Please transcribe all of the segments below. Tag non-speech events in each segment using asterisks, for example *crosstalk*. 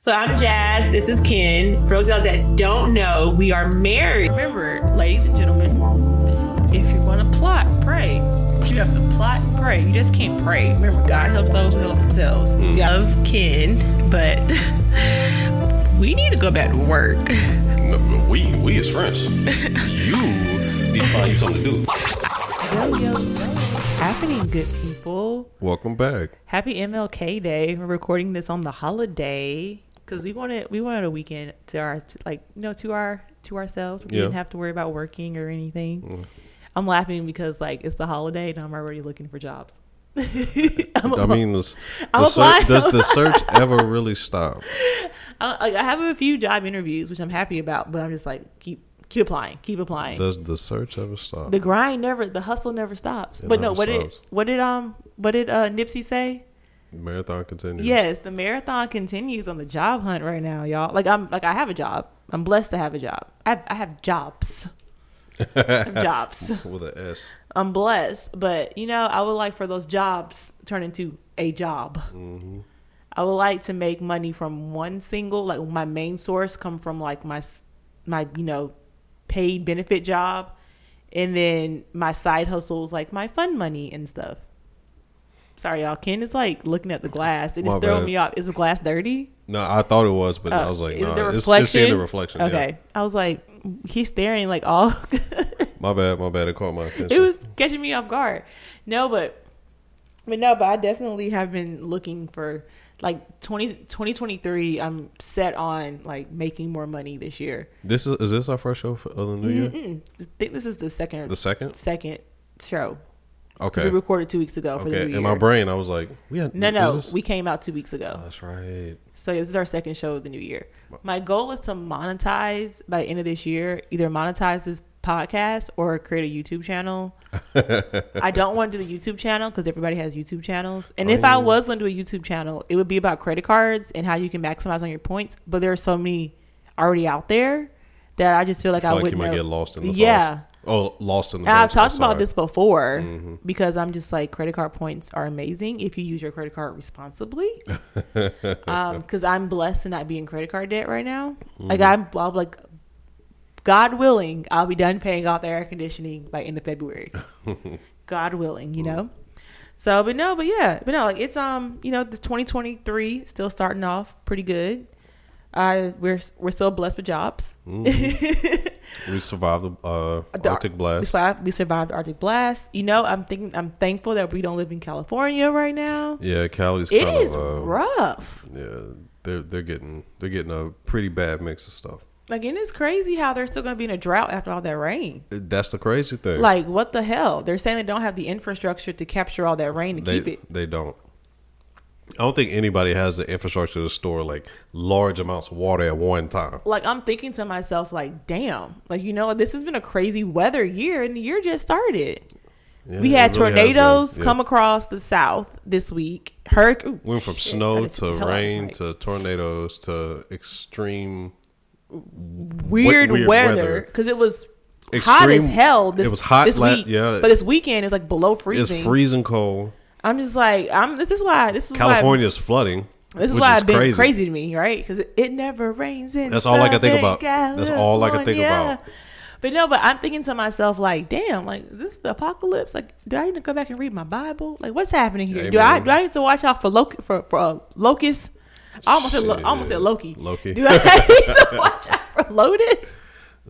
So I'm Jazz. This is Ken. For those of y'all that don't know, we are married. Remember, ladies and gentlemen, if you're going to plot, pray. You have to plot and pray. You just can't pray. Remember, God helps those who help themselves. We love Ken, but *laughs* we need to go back to work. We we *laughs* is friends. you need to find you something to do. Yo, yo, yo. Happening, good people. Welcome back. Happy MLK Day. We're recording this on the holiday because we wanted we wanted a weekend to our like you know to our to ourselves. We Yeah. Mm. didn't have to worry about working or anything. I'm laughing because like it's the holiday and I'm already looking for jobs. *laughs* I'm I applying- mean, this, *laughs* I'm the applying. search, *laughs* does the search ever really stop? I, like, I have a few job interviews which I'm happy about, but I'm just like keep keep applying, keep applying. Does the search ever stop? the grind never, the hustle never stops. It but no, never what stops. did what did um what did uh Nipsey say? Marathon continues. Yes, the marathon continues on the job hunt right now, y'all. Like I'm like I have a job. I'm blessed to have a job. I have, I have jobs. I have jobs. With an S. I'm blessed, but you know, I would like for those jobs turn into a job. Mm-hmm. I would like to make money from one single, like my main source, come from like my s- my you know paid benefit job, and then my side hustles like my fun money and stuff. Sorry, y'all. Ken is like looking at the glass. It My is throwing bad. me off. Is the glass dirty? No, I thought it was, but I Oh, was like, is no, it the it's, it's in the reflection? reflection. yeah. Okay. I was like, he's staring like all. My bad, my bad. It caught my attention. it was catching me off guard. No, but but no, but I definitely have been looking for like 20, 2023 I'm set on like making more money this year. this is, is this our first show for, of the new year? Mm-mm. I think this is the second The second? second show. Okay. We recorded 2 weeks ago for the Okay. new year. In my brain, I was like, we had, no, is no, this- Oh, we came out 2 weeks ago. that's right. So this is our second show of the new year. My goal is to monetize by the end of this year, either monetize this podcast or create a YouTube *laughs* channel. I don't want to do the YouTube channel because everybody has YouTube channels. And if I Oh. was going to do a YouTube channel, it would be about credit cards and how you can maximize on your points. But there are so many already out there that I just feel like I, feel like you wouldn't. might know- get lost in the sauce. yeah. Oh, lost in the And I've sauce, I'm talked about sorry. Mm. this before Mm-hmm. because I'm just like credit card points are amazing if you use your credit card responsibly. Because I'm blessed to not be in credit card debt right now. Mm. Like I'm, I'll be like, God willing, I'll be done paying off the air conditioning by end of February. God willing, you know. So, but no, but yeah, but no, like it's um, you know, the 2023 still starting off pretty good. Uh, we're we're still blessed with jobs. We survived the uh, The- Arctic We blast. survived, we survived Arctic blast. You know, I'm thinking, I'm thankful that we don't live in California right now. Yeah, Cali's It kind is of uh, rough. yeah, they're they're getting they're getting a pretty bad mix of stuff. Like, and it's crazy how they're still going to be in a drought after all that rain. That's the crazy thing. Like, what the hell? They're saying they don't have the infrastructure to capture all that rain to they keep it. they don't. I don't think anybody has the infrastructure to store like large amounts of water at one time. Like, I'm thinking to myself, like, damn, like you know, this has been a crazy weather year, and the year just started. Yeah, we had it really has been. tornadoes Yeah. come across the south this week. Hurricane Went from snow to rain to tornadoes to extreme weird, weird weather weather. because it was hot as Extreme- hell. This, it was hot this la- week, yeah. But this weekend is like below freezing. It's freezing cold. I'm just like, I'm. This is why. This is California is flooding. Why, this is which why is it's been crazy. crazy. to me, right? Because it, it never rains in. That's all I can think about. Southern That's all I can think California. about. But no, but I'm thinking to myself, like, damn, like is this the apocalypse? Like, do I need to go back and read my Bible? Like, what's happening here? Do I Amen. do I need to watch out for loc for for uh, locusts? I almost said lo- I almost said Shit. Loki. Loki. Do I *laughs* need *laughs* to watch out for lotus?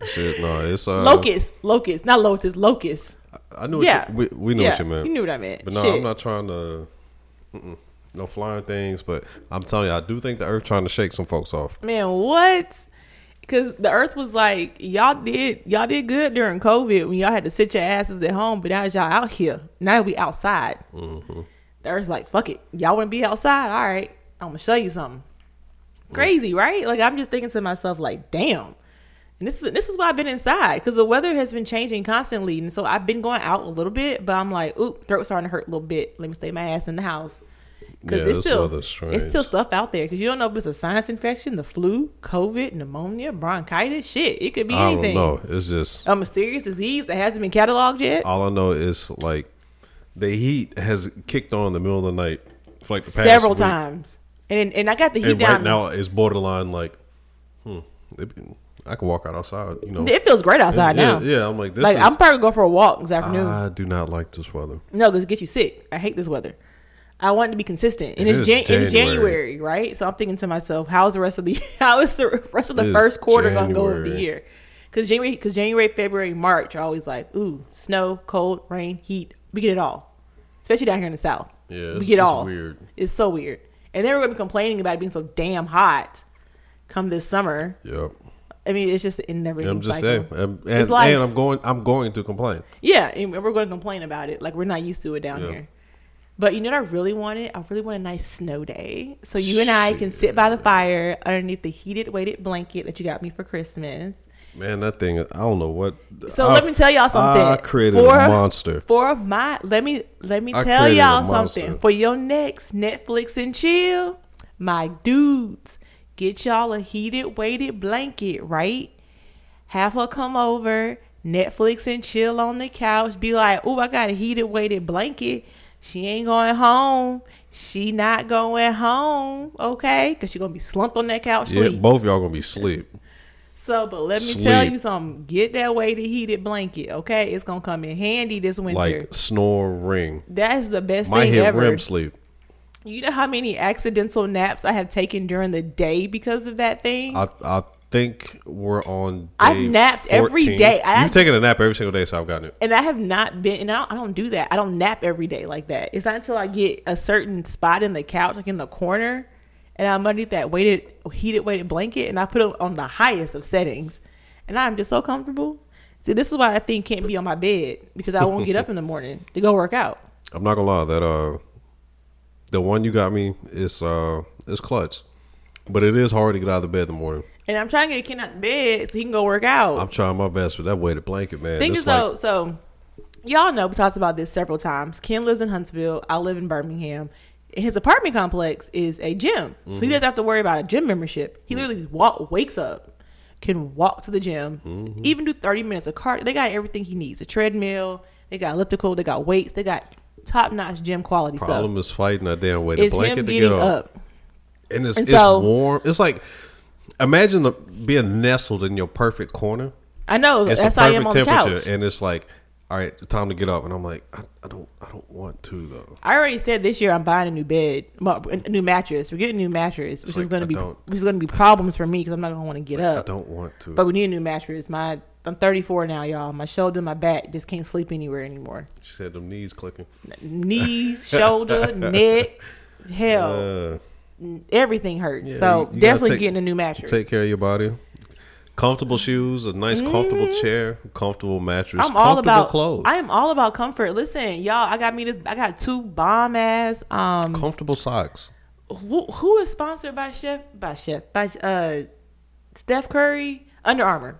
Shit, no, it's uh, Locust, locust, not lotus, locust. I knew. What Yeah. you, we, we knew yeah, what you meant. You knew what I meant. But no, Shit. I'm not trying to. Mm-mm, no flying things, but I'm telling you, I do think the Earth trying to shake some folks off. Man, what? Because the Earth was like, y'all did, y'all did good during COVID when y'all had to sit your asses at home, but now that y'all out here, now that we outside, Mm-hmm. the Earth's like, fuck it, y'all want to be outside? All right, I'm gonna show you something. Crazy, right? Like I'm just thinking to myself, like, damn. And this is this is why I've been inside because the weather has been changing constantly, and so I've been going out a little bit, but I'm like, oop, throat starting to hurt a little bit. Let me stay my ass in the house because Yeah, it's this still weather's strange. it's still stuff out there because you don't know if it's a sinus infection, the flu, COVID, pneumonia, bronchitis, shit. It could be I anything. don't know. Oh, It's just A mysterious disease that hasn't been cataloged yet. all I know is like the heat has kicked on in the middle of the night for like the past Several week. times. And and I got the heat And down. right now it's borderline like, hmm, it, I can walk out outside. You know, it feels great outside yeah, now. yeah. I'm like this. like is, I'm probably gonna go for a walk this afternoon. I do not like this weather. No, because it gets you sick. I hate this weather. I want it to be consistent, and It it's, is Jan- it's January. January, right? So I'm thinking to myself, how's the rest of the *laughs* how is the rest of It the is first quarter going to go of the January. year? Because January, because January, February, March are always like, ooh, snow, cold, rain, heat. We get it all, especially down here in the south. Yeah, it's- we get it's all. weird. It's so weird. And then we're going to be complaining about it being so damn hot come this summer. Yep. I mean, it's just in never. I'm ends just cycle. saying, I'm- and, It's life. and I'm going. I'm going to complain. Yeah, and we're going to complain about it. Like we're not used to it down Yeah. here. But you know what I really wanted? I really want a nice snow day. So you and I can sit by the fire underneath the heated weighted blanket that you got me for Christmas. Man, that thing. I don't know what. So I- let me tell y'all something. I created *laughs* a monster. For my let me let me I tell created a y'all monster. something. For your next Netflix and chill, my dudes, get y'all a heated weighted blanket, right? Have her come over, Netflix and chill on the couch. Be like, oh, I got a heated weighted blanket. She ain't going home. She not going home, okay? Cause she gonna be slumped on that couch. Yeah, sleep. both y'all gonna be asleep. So, but let me tell Sleep. you something. Get that weighted heated blanket, okay? It's gonna come in handy this winter. Like snoring. That's the best My thing hit ever. REM sleep. You know how many accidental naps I have taken during the day because of that thing? I I think we're on. Day I've napped every 14. day. I- You've taken a nap every single day, so I've gotten it. and I have not been, and I don't, I don't do that. I don't nap every day like that. It's not until I get a certain spot in the couch, like in the corner, and I'm underneath that weighted, heated, weighted blanket, and I put it on the highest of settings, and I'm just so comfortable. See, this is why I think can't be on my bed because I won't get up in the morning to go work out. I'm not gonna lie. That uh, the one you got me is uh is clutch, but it is hard to get out of the bed in the morning. And I'm trying to get Ken out of bed so he can go work out. I'm trying my best with that weighted blanket, man. Thing It's is, like- though, so y'all know we talked about this several times. Ken lives in Huntsville. I live in Birmingham. And his apartment complex is a gym, so Mm-hmm. he doesn't have to worry about a gym membership. He literally walk, wakes up, can walk to the gym, Mm-hmm. even do thirty minutes of cardio. They got everything he needs: a treadmill, they got elliptical, they got weights, they got top notch gym quality problem is fighting that damn stuff. weighted It's blanket him to get getting up. up. and it's, And it's so- warm. It's like imagine the, being nestled in your perfect corner. I know It's that's the how I am on perfect the temperature, couch. and it's like, all right, time to get up. And I'm like, I, I don't, I don't want to though. I already said this year I'm buying a new bed, mo- a new mattress. We're getting a new mattress, which is like, going I to be don't- which is going to be problems for me because I'm not going to want to get I up. don't want to. But we need a new mattress. My I'm 34 now, y'all. My shoulder, my back just can't sleep anywhere anymore. she said them knees clicking. *laughs* Knees, shoulder, neck, hell, Uh, everything hurts. yeah, you- you so gotta definitely take- getting a new mattress. Take care of your body. Comfortable shoes, a nice comfortable chair, comfortable mattress, Mm. I'm comfortable all about clothes, I am all about comfort. Listen, y'all, I got me this. I got two bomb ass. Um, comfortable socks. who, who is sponsored by Chef by Chef by uh Steph Curry Under Armour.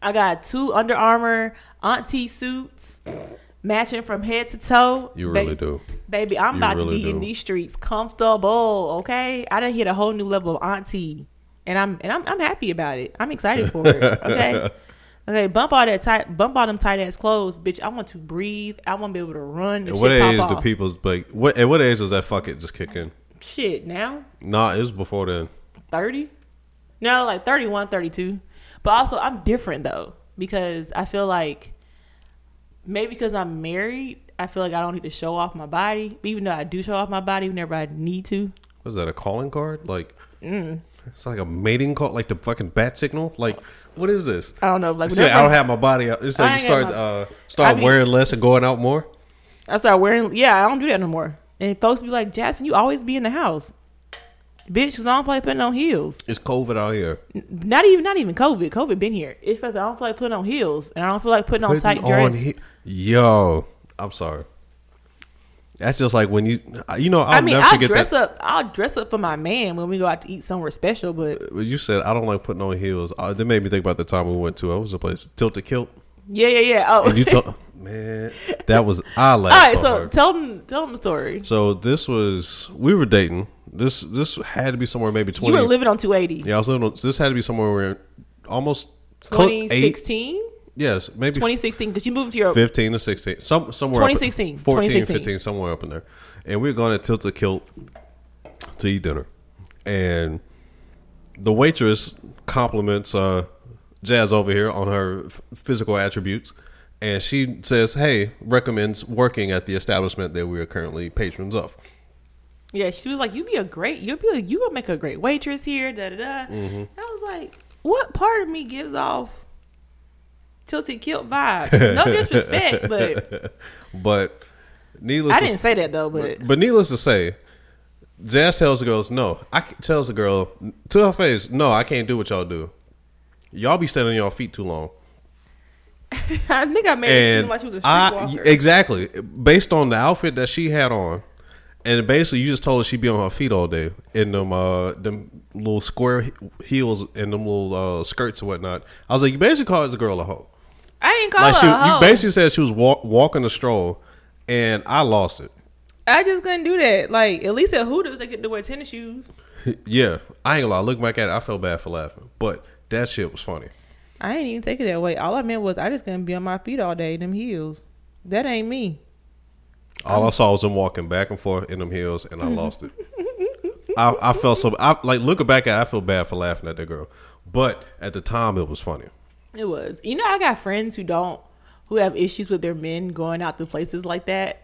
I got two Under Armour auntie suits matching from head to toe. You Ba- really do. Baby, I'm You about really to be in do. these streets comfortable, okay? I done hit a whole new level of auntie. And I'm and I'm I'm happy about it. I'm excited for *laughs* it. Okay. okay, bump all that tight bump all them tight ass clothes, bitch. I want to breathe. I want to be able to run. And At shit what age pop do off. people's like? What at what age does that fuck it just kick in? shit now? Nah, it was before then. 30 no like 31 32 but also i'm different though because i feel like maybe because i'm married i feel like i don't need to show off my body even though i do show off my body whenever i need to Was that a calling card? Like, Mm. it's like a mating call, like the fucking bat signal. Like, what is this? i don't know like It's like, I whenever don't have my body. out. It's I like you ain't got start my- uh, start I be- wearing less and going out more. I start wearing yeah i don't do that no more and folks be like jasmine you always be in the house bitch because i don't play putting on heels It's COVID out here. not even not even covid covid been here it's because i don't feel like putting on heels and i don't feel like putting on tight Putting dress he- Yo, I'm sorry. That's just like when you, you know, I'll i mean never i'll forget dress that. up i'll dress up for my man when we go out to eat somewhere special but When You said I don't like putting on heels. Uh, that made me think about the time we went to. It was a place tilted kilt, Yeah, yeah, yeah. Oh, and *laughs* you told man that was I laughed. all right. so So hard. tell them, tell them the story. So this was we were dating. This this had to be somewhere maybe You twenty. were living on two eighty. yeah, I was living. On, so this had to be somewhere where almost clo- Twenty eight. sixteen. Yes, maybe Twenty sixteen. Because you moved to your. fifteen or sixteen. Some somewhere up- 2016, 14, 2016. 15, somewhere up in there. And we were going to tilt a kilt to eat dinner, and the waitress compliments uh, Jazz over here on her f- physical attributes, and she says, "Hey, recommends working at the establishment that we are currently patrons of." Yeah, she was like, "You'd be a great, you'd be, you would make a great waitress here." Da da da. Mm-hmm. I was like, "What part of me gives off tilted kilt *laughs* vibes?" No disrespect, but But needless, I to didn't s- say that though. But But needless to say, Jazz tells the girls, "No." I c- tells the girl to her face, "No, I can't do what y'all do. Y'all be standing on your feet too long." *laughs* I think I made it seem And like she was a I e, streetwalker. exactly based on the outfit that she had on, and basically you just told her she'd be on her feet all day in them uh them little square he- heels and them little uh, skirts and whatnot. I was like, you basically called this girl a hoe. I didn't call Like her she, Oh, a hoe. you basically said she was walk, walking a stroll, and I lost it. I just couldn't do that. Like at least at Hooters, they get to wear tennis shoes. Yeah, I ain't gonna lie. Look back at it, I felt bad for laughing, but that shit was funny. I didn't even take it that way. All I meant was I just couldn't be on my feet all day in them heels. That ain't me. Um, All I saw was him walking back and forth in them hills, *laughs* and I lost it. I, I felt so. I like looking back at. it, I feel bad for laughing at that girl, but at the time it was funny. It was. You know, I got friends who don't, who have issues with their men going out to places like that,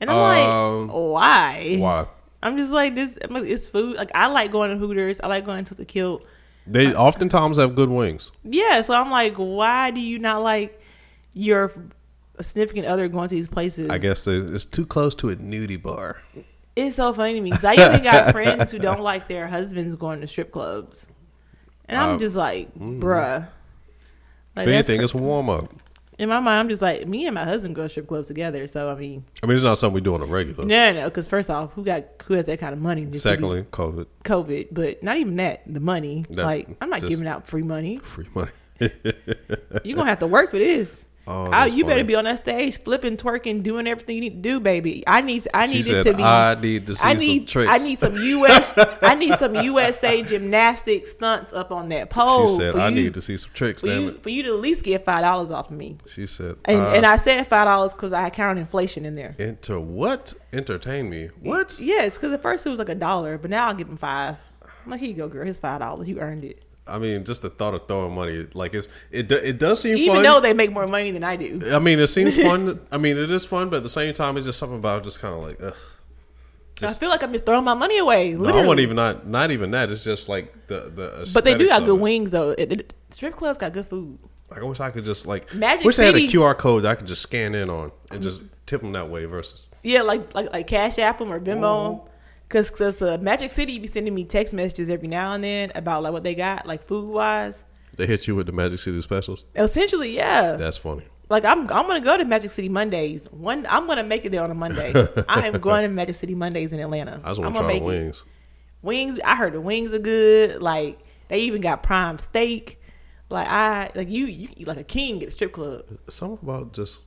and I'm Um, like, why? Why I'm just like this. I'm like, It's food. Like I like going to Hooters. I like going to the kilt. they oftentimes have good wings. Yeah. So I'm like, why do you not like your significant other going to these places? I guess they, it's too close to a nudie bar. It's so funny to me because I even *laughs* got friends who don't like their husbands going to strip clubs, and I'm Uh, just like, bruh. Like If that's anything, cr- it's a warm up. in my mind, I'm just like, me and my husband go to strip clubs together. So I mean, I mean, it's not something we do on a regular. no, no, because first off, who got who has that kind of money? This would be Oh. Secondly, COVID COVID, but not even that. The money, No, like, I'm not just- giving out free money. free money. You're *laughs* gonna have to work for this. Oh, Oh, that's you better funny. be on that stage, flipping, twerking, doing everything you need to do, baby. I need, I She need said, it to be. "I need to see I some need, tricks." I need some US, I *laughs* need some USA gymnastics stunts up on that pole. she said, oh, for "I you- need to see some tricks." for Damn you, it. for you to at least get five dollars off of me." She said, "Uh, And, "I- and I said five dollars because I counted inflation in there. Enter what? Entertain me. What? Yes, because at first it was like a dollar, but now I'll give him five. I'm like, here you go, girl. Here's five dollars. You earned it. I mean, just the thought of throwing money, like it's it. do- It does seem Even fun. though they make more money than I do. I mean, *laughs* it seems fun. I mean, it is fun, but at the same time, it's just something about it just kind of like. Ugh. I feel like I'm just throwing my money away. No, I Literally. wasn't even not not even that. It's just like the the. but they do aesthetics got of good it. wings though. It, it- strip clubs got good food. Like, I wish I could just like. Magic wish they City- had a QR code that I could just scan in on and just tip them that way. Versus, Yeah, like like like Cash App them or Mm-hmm. Venmo. Because cause, uh, Magic City be sending me text messages every now and then about like what they got, like food wise. they hit you with the Magic City specials. Essentially, yeah. That's funny. Like I'm I'm gonna go to Magic City Mondays. One I'm gonna make it there on a *laughs* Monday. I am going to Magic City Mondays in Atlanta. I just I'm want gonna to try the make it. wings. Wings, I heard the wings are good. Like they even got prime steak. Like I like you you eat like a king at a strip club. Something about just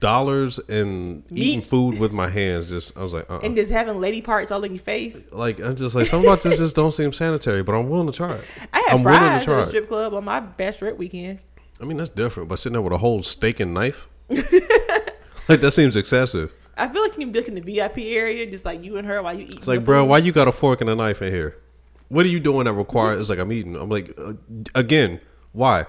dollars and eating Meat. food with my hands. Just I was like, uh. uh And just having lady parts all in your face. Like I'm just like some about this just don't seem sanitary, but I'm willing to try it. I had I'm willing to fries at try a it. strip club on my bachelorette weekend. I mean that's different, but sitting there with a whole steak *laughs* and knife, like that seems excessive. I feel like you can be like in the VIP area, just like you and her while you eat. It's like, bro, why you got a fork and a knife in here? What are you doing that requires? It's like I'm eating. I'm like, uh, again, why?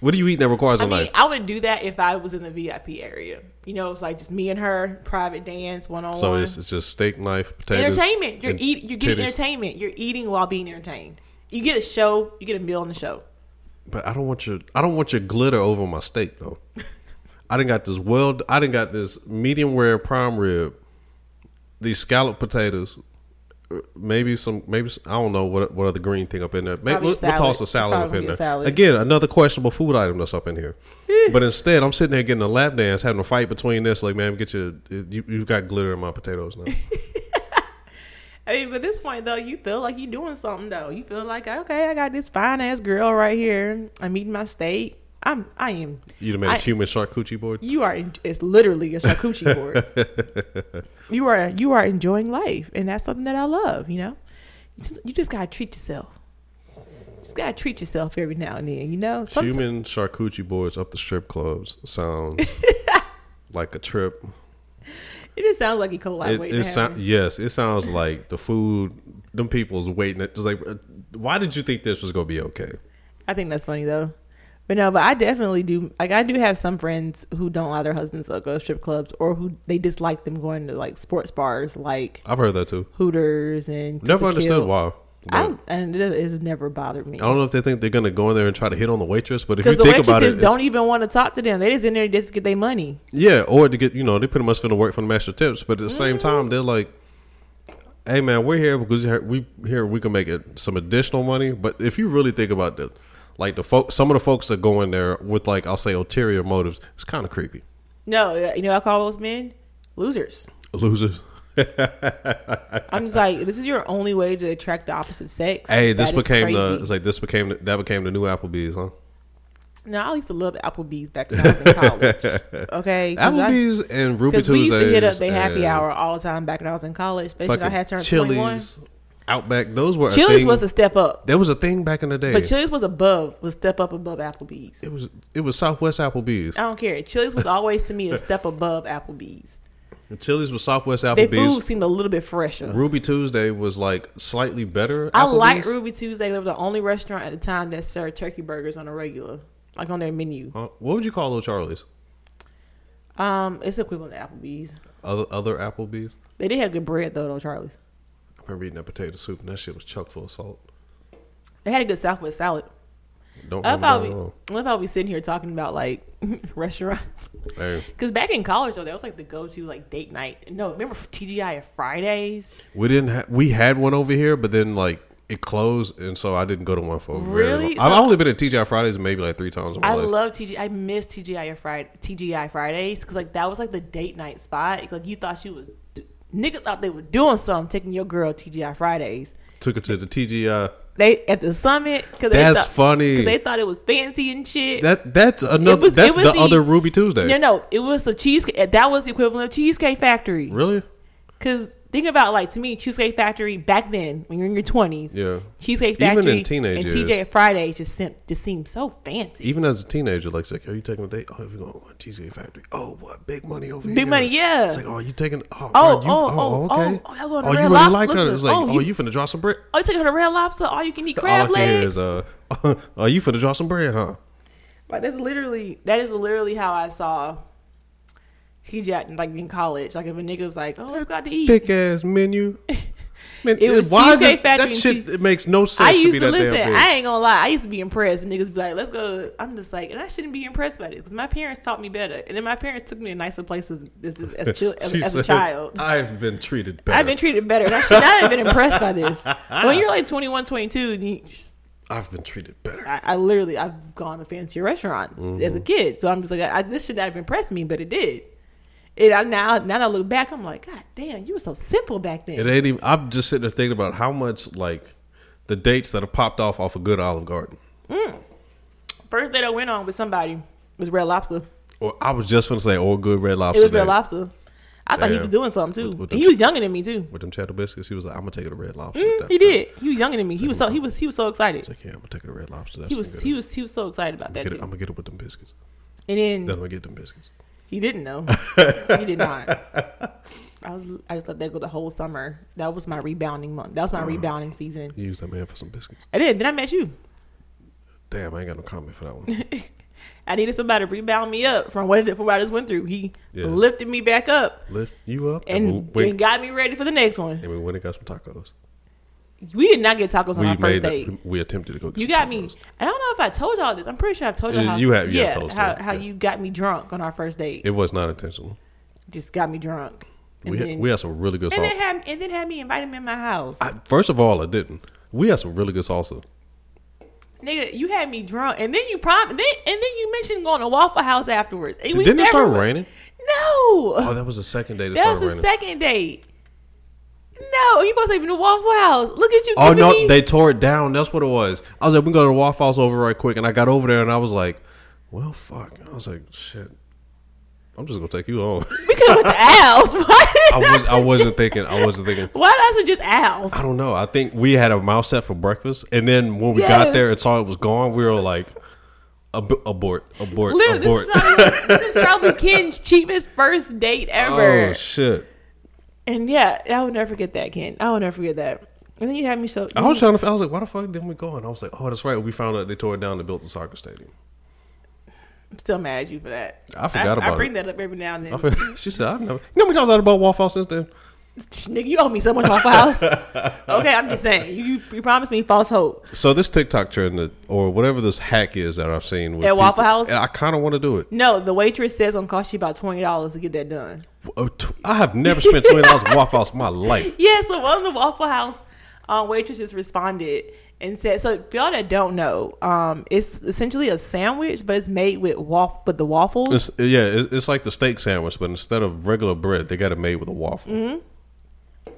What are you eating that requires a I mean, knife? I would do that if I was in the VIP area. You know, it's like just me and her, private dance, one on So one. it's, it's just steak, knife, potatoes, Entertainment. You're and eat. You're getting titties. entertainment. You're eating while being entertained. You get a show. You get a meal on the show. But I don't want your I don't want your glitter over my steak *laughs* though. I didn't got this well I didn't got this medium rare prime rib, these scalloped potatoes, uh, maybe some maybe s- I don't know what what other green thing up in there. Maybe Probably a we'll, we'll toss salad. a It's salad up probably in a there. salad. Again, another questionable food item that's up in here. but instead, I'm sitting there getting a lap dance, having a fight between this. Like, man, get your you, you've got glitter in my *laughs* potatoes now. I mean, but at this point though, you feel like you're doing something though. You feel like okay, I got this fine ass girl right here. I'm eating my steak. I'm. I am. You done made a I- human charcuterie board. You are. en- It's literally a *laughs* charcuterie board. You are. You are enjoying life, and that's something that I love. You know, you just, you just gotta treat yourself. Just gotta treat yourself every now and then. You know, Sometimes- *laughs* Human charcuterie boards up the strip clubs sounds like a trip It just sounds like E. coli It, waiting it to sound, happen. yes, it sounds like the food. Them people's waiting. It's like, uh, why did you think this was gonna be okay? I think that's funny though. But no, but I definitely do. Like I do have some friends who don't allow their husbands to go to strip clubs, or who they dislike them going to like sports bars, like I've heard that too. Hooters and Never Tisa understood Kill. why. but I and it, it's never bothered me I don't know if they think they're gonna go in there and try to hit on the waitress, but if you because the think about waitresses it, don't e-, it's- even want to talk to them. They just in there just to get their money. yeah, or to get you know they pretty much finna work for the master tips, but at the same Mm-hmm. time they're like, hey man, we're here because you're- we here we can make it some additional money. But if you really think about this, like the folks, some of the folks that go in there with like I'll say ulterior motives, it's kind of creepy. No, uh, you know what I call those men losers. Losers. I'm just like, this is your only way to attract the opposite sex. Hey, this That is became the crazy. it's like this became the, that became the new Applebee's, huh? No, I used to love Applebee's back when I was in *laughs* college. Okay, 'cause I- Applebee's and Ruby Because Tuesdays. we used to hit up they happy and hour all the time back when I was in college, especially when I fucking had turned twenty one. Chili's, Outback. Those were a Chili's thing. was a step up, There was a thing back in the day. but Chili's was above, was step up above Applebee's. it was it was Southwest Applebee's. I don't care. Chili's was always to me a step above Applebee's. Chili's was Southwest Their food Applebee's. seemed a little bit fresher. Ruby Tuesday was like slightly better. I like Applebee's. Ruby Tuesday. They were the only restaurant at the time that served turkey burgers on a regular, like on their menu. Uh, what would you call Little Charlie's? Um, it's equivalent to Applebee's. Other other Applebee's. They did have good bread though, though Charlie's. I've been reading that potato soup, and that shit was chock full of salt. They had a good Southwest salad. Don't I remember thought that we, at all. I thought we sitting here talking about like *laughs* restaurants. *laughs* Hey, Because back in college, though, that was like the go-to like date night. No, remember TGI at Fridays? we didn't. Ha- we had one over here, but then like it closed, and so I didn't go to one for Very Really? long. I've So- only been at TGI Fridays maybe like three times in my I life. love TGI. I miss TGI at Friday, TGI Fridays because like that was like the date night spot. Like you thought she was niggas thought they were doing something, taking your girl TGI Fridays. Took her to the TGI. They at the summit because That's thought, funny. because they thought it was fancy and shit. That that's another. was- that's it was the the- other Ruby Tuesday. no, no, it was a cheesecake. That was the equivalent of Cheesecake Factory. Really? Because think about like to me, Cheesecake Factory back then when you're in your twenties, Yeah. Cheesecake Even in Factory teenage and years. TJ Friday just seem, just seemed so fancy. Even as a teenager, like, it's like, are you taking a date? Oh, we're going to TGA Factory. Oh, what big money over here? Big money, yeah. It's like, oh, you taking? Oh, Oh, God, you, oh, oh, oh, okay. oh, oh, y'all going to you Red really Lobster. like her? Listen, It's like, oh, oh, you- you finna draw some bread. oh, you took her to Red Lobster. All you can eat All I crab hear legs. is, uh, *laughs* oh, you finna draw some bread, huh? Like that's literally that is literally how I saw TJ like in college. Like if a nigga was like, "Oh, let's go out to eat," Thick *laughs* ass menu. Man, It was why is TGI it, Factory that and shit? T- It makes no sense. I used to, be to that listen. Damn big. I ain't gonna lie. I used to be impressed when niggas be like, "Let's go." to-" I'm just like, and I shouldn't be impressed by this because my parents taught me better, and then my parents took me to nicer places as, as, as, *laughs* chil- as, She as a said, child. I've been treated better. I've been treated better. And I should not have been impressed by *laughs* this. When you're like 21, 22, and you just- I've been treated better. I, I literally, I've gone to fancier restaurants as a Mm-hmm. kid. So I'm just like, I, I- this should not have impressed me, but it did. And I now, now that I look back, I'm like, God damn, you were so simple back then. It ain't even. I'm just sitting there thinking about how much like the dates that have popped off off a good Olive Garden. First date I went on with somebody was Red Lobster. Or I was just gonna say, or good Red Lobster. It was Red day. Lobster. I thought he Damn. was doing something too. With- with And the- he was younger than me too. With them cheddar biscuits, he was like, "I'm gonna take it to Red Lobster." Mm, That- he that- did. He was younger than me. He was so he was he was so excited. It's like, yeah, I'm gonna take it to Red Lobster. That's He was good. he was he was so excited about that Get it, too. Mm. I'm gonna get it with them biscuits. And then Then I'm gonna get them biscuits. He didn't *laughs* know. he did not. I, was, I just let that go the whole summer. That was my rebounding month. That was my rebounding season. You use that man for some biscuits. I did. Then I met you. Damn, I ain't got no comment for *laughs* that one. I needed somebody to rebound me up from what, from what I just went through. He Yeah. lifted me back up Lift you up, and, we went, and got me ready for the next one. and we went and got some tacos. We did not get tacos on we our first made date. it. We, we attempted to go. Get you some got me. tacos. I don't know if I told y'all this. I'm pretty sure I've told y'all Uh, how you have- you yeah, have told us how, that, how yeah. you got me drunk on our first date. It was not intentional. just got me drunk. And We then, had, we had some really good and sauce. then had and then had me invite him in my house. I, first of all, I didn't. We had some really good salsa. Nigga, you had me drunk, and then you prom, and then and then you mentioned going to Waffle House afterwards. And we Didn't it never start went- raining? No, Oh, that was the second day it that was started the raining. second date. No, you supposed to even to Waffle House. Look at you. Oh giving no, me- they tore it down. That's what it was. I was like, we can go to the Waffle House over right quick, and I got over there and I was like, well, fuck. I was like, shit. I'm just gonna take you home. *laughs* we could have went to *laughs* Al's. *laughs* Why did I was I wasn't thinking. I wasn't thinking. Why did I suggest Al's? I don't know. I think we had a mouse set for breakfast, and then when we Yes. got there and saw it was gone, we were like, Ab- abort, abort, Literally, abort. this is, probably, this *laughs* is probably Ken's cheapest first date ever. oh shit! and yeah, I will never forget that, Ken. I will never forget that. And then you had me so. I was trying to. I was like, why the fuck didn't we go? And I was like, oh, that's right. We found out they tore it down and built the soccer stadium. *laughs* I'm still mad at you for that. I forgot about I it. bring that up every now and then. I feel- she said, I've never. You know how many times I bought waffle House since then? Nigga, you owe me so much off *laughs* house. okay, I'm just saying. You, you promised me false hope. So this TikTok trend that, or whatever this hack is that I've seen with At Waffle House? and I kind of want to do it. No, the waitress says it's gonna cost you about twenty dollars to get that done. Oh, tw- I have never spent twenty dollars at Waffle House in my life. Yeah, so one of the Waffle House um, waitresses responded and said, "So for y'all that don't know, um, it's essentially a sandwich, but it's made with waffle, but the waffles. It's, yeah, it- it's like the steak sandwich, but instead of regular bread, they got it made with a waffle.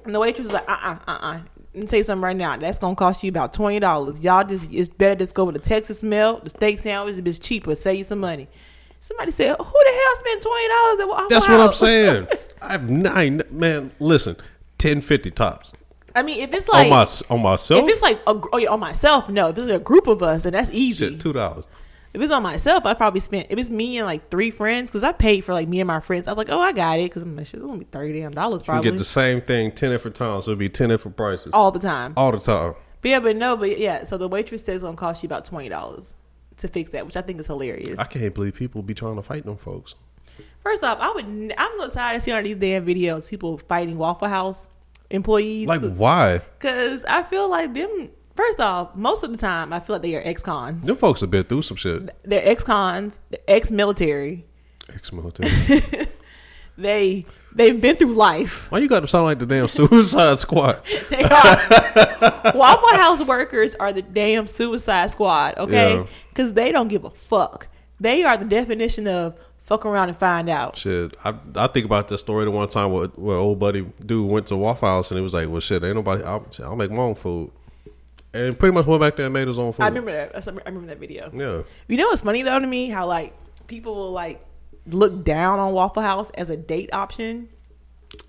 And the waitress was like, uh uh, uh uh. Let me tell you something right now. That's gonna cost you about twenty dollars. Y'all just it's better just go with the Texas melt, the steak sandwich, it's cheaper, save you some money. Somebody said, Who the hell spent twenty dollars at Waffle That's what I'm House?" saying. I've nine man. Listen, ten fifty tops *laughs* I mean, if it's like on my s- on myself. if it's like a, gr- oh yeah, on myself, no. If it's a group of us, then that's easy. Shit, two dollars. If it's on myself, I probably spent. If it's me and like three friends, because I paid for like me and my friends, I was like, oh, I got it, because I'm like, shit, it's gonna be thirty damn dollars You probably Oh. get the same thing ten different times. It'll be ten different prices all the time. all the time. But yeah, but no, but yeah. So the waitress says it's gonna cost you about twenty dollars to fix that, which I think is hilarious. I can't believe people be trying to fight them folks. First off, I would. n- I'm so tired of seeing all these damn videos, people fighting Waffle House employees, Like why? because I feel like them. First off, most of the time, I feel like they are ex-cons. Them folks have been through some shit. They're ex-cons, they're ex-military. Ex-military. They they've been through life. *laughs* Why you got to sound like the damn *laughs* Suicide Squad? They *laughs* are. Waffle House workers are the damn suicide squad, okay? Yeah. Because they don't give a fuck. They are the definition of fuck around and find out. Shit, I I think about this story the one time where, where old buddy dude went to Waffle House and it was like, well, shit, ain't nobody. I'll, shit, I'll make my own food, and pretty much went back there and made his own food. I remember that. I remember that video. Yeah, You know what's funny though to me? How like people will like look down on Waffle House as a date option.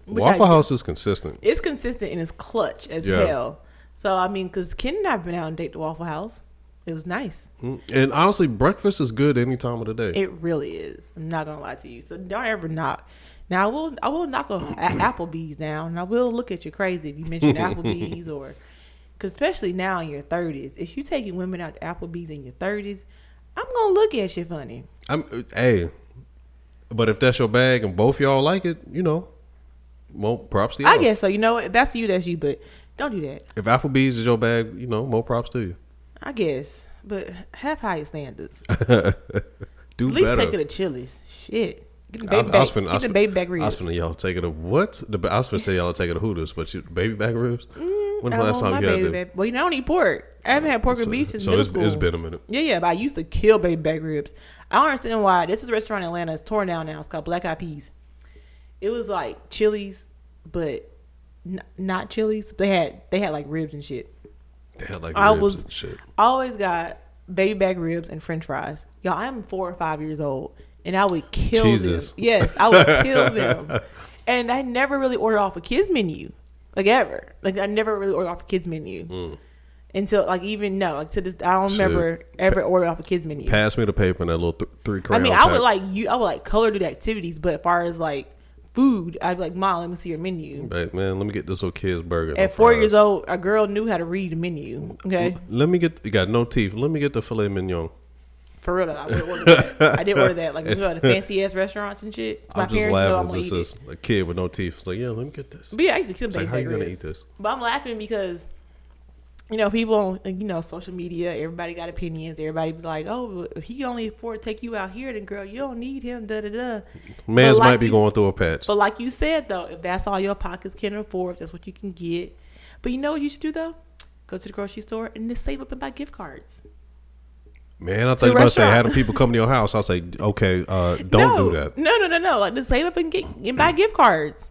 which I Waffle d- House is consistent. It's consistent and it's clutch as Yeah. hell. So I mean, because Ken and I've been out on date to Waffle House. It was nice. Mm. And honestly, breakfast is good any time of the day. It really is. I'm not gonna lie to you. So don't ever knock. Now I will. I will knock a, a- Applebee's down, and I will look at you crazy if you mention Applebee's or, *laughs* because especially now in your 30s, if you taking women out to Applebee's in your 30s, I'm gonna look at you funny. I'm uh, hey, but if that's your bag and both y'all like it, you know, more props to you. I guess so. You know what? That's you. That's you. But don't do that. if Applebee's is your bag, you know, more props to you. I guess. But have higher standards. Do At least better. take it to Chili's. Shit. Get the I, I baby back. was finna, I Get was the fin- baby back I was ribs. finna y'all take it to what? The, ba- I was finna say y'all take it to Hooters, but you baby back ribs. When's I the last want Mm, time my you got baby it? back- Well, you know, I don't eat pork. I haven't had pork and beef since so middle it's, school. it's been a minute. Yeah, yeah, but I used to kill baby back ribs. I don't understand why. This is a restaurant in Atlanta. It's torn down now. It's called Black Eyed Peas. It was like Chili's, but n- not Chili's. They had they had like ribs and shit. They had like I ribs was- and shit. I always got baby back ribs and French fries. Y'all, I'm four or five years old, and I would kill Jesus. them. Yes, I would *laughs* kill them. And I never really ordered off a kids menu, like ever. Like I never really ordered off a kids menu until like even no, like to this I don't Mm. Shit. remember ever ordering off a kids menu. Pass me the paper and that little th- three I crayon. mean, I pack. would like you. I would like color do the activities, but as far as like food, I'd be like, Mom, let me see your menu. Hey, man, let me get this little kid's burger. and At the four fries. years old, a girl knew how to read the menu. Okay, let me get. You got no teeth. Let me get the filet mignon. for real, though, I would order that. I did order that. Like we *laughs* go to fancy ass restaurants and shit. My I'm just parents know I'm laughing. gonna It's eat it. just a kid with no teeth. It's like, yeah, let me get this. But yeah, I used to kill It's baby like, how you back gonna ribs. eat this? But I'm laughing because, you know, people on like, you know social media, everybody got opinions. Everybody be like, "Oh, if he only afford to take you out here, then girl, you don't need him." Da da da. Man's But like might be you- going through a patch. But like you said though, if that's all your pockets can afford, if that's what you can get. But you know what you should do though? Go to the grocery store and just save up and buy gift cards. Man, I thought you were about to say, restaurant. how do people come to your house? I'll say, okay, uh, no, don't do that. No, no, no, no. Like just save up and get and buy gift cards.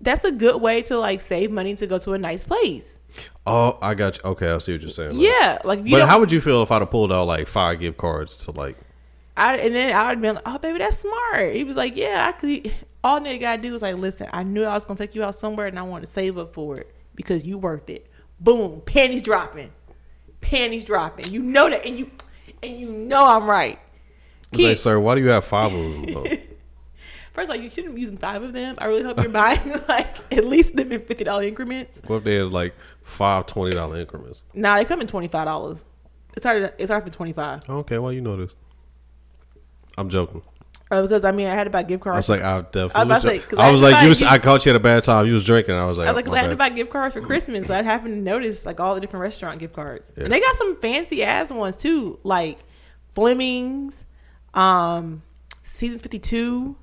That's a good way to like save money to go to a nice place. Oh, I got you. Okay, I see what you're saying. Yeah, like you but don't. how would you feel if I'd have pulled out like five gift cards to like? I, and then I would have been like, "Oh, baby, that's smart." He was like, "Yeah, I could." All nigga gotta do is like, "Listen, I knew I was gonna take you out somewhere, and I wanted to save up for it because you worked it." Boom, panties dropping, panties dropping. You know that, and you. and you know I'm right. It's like, Keep, sir, why do you have five of them? though? *laughs* first of all, you shouldn't be using five of them. I really hope you're buying *laughs* like at least them in fifty dollar increments. what if they had like five twenty dollar increments? Nah, they come in twenty five dollars. It started. It started for twenty five. Okay, well you know this. I'm joking. Uh, because I mean, I had to buy gift I cards. was like, I definitely. I was about to was say, jo- 'cause I was like, you. Was, everybody- I caught you at a bad time. You was drinking. I was like, I was like, 'cause I had my to bad. buy gift cards for Christmas, so I happened to notice like all the different restaurant gift cards, Yeah. and they got some fancy ass ones too, like Fleming's, um, Seasons Fifty Two,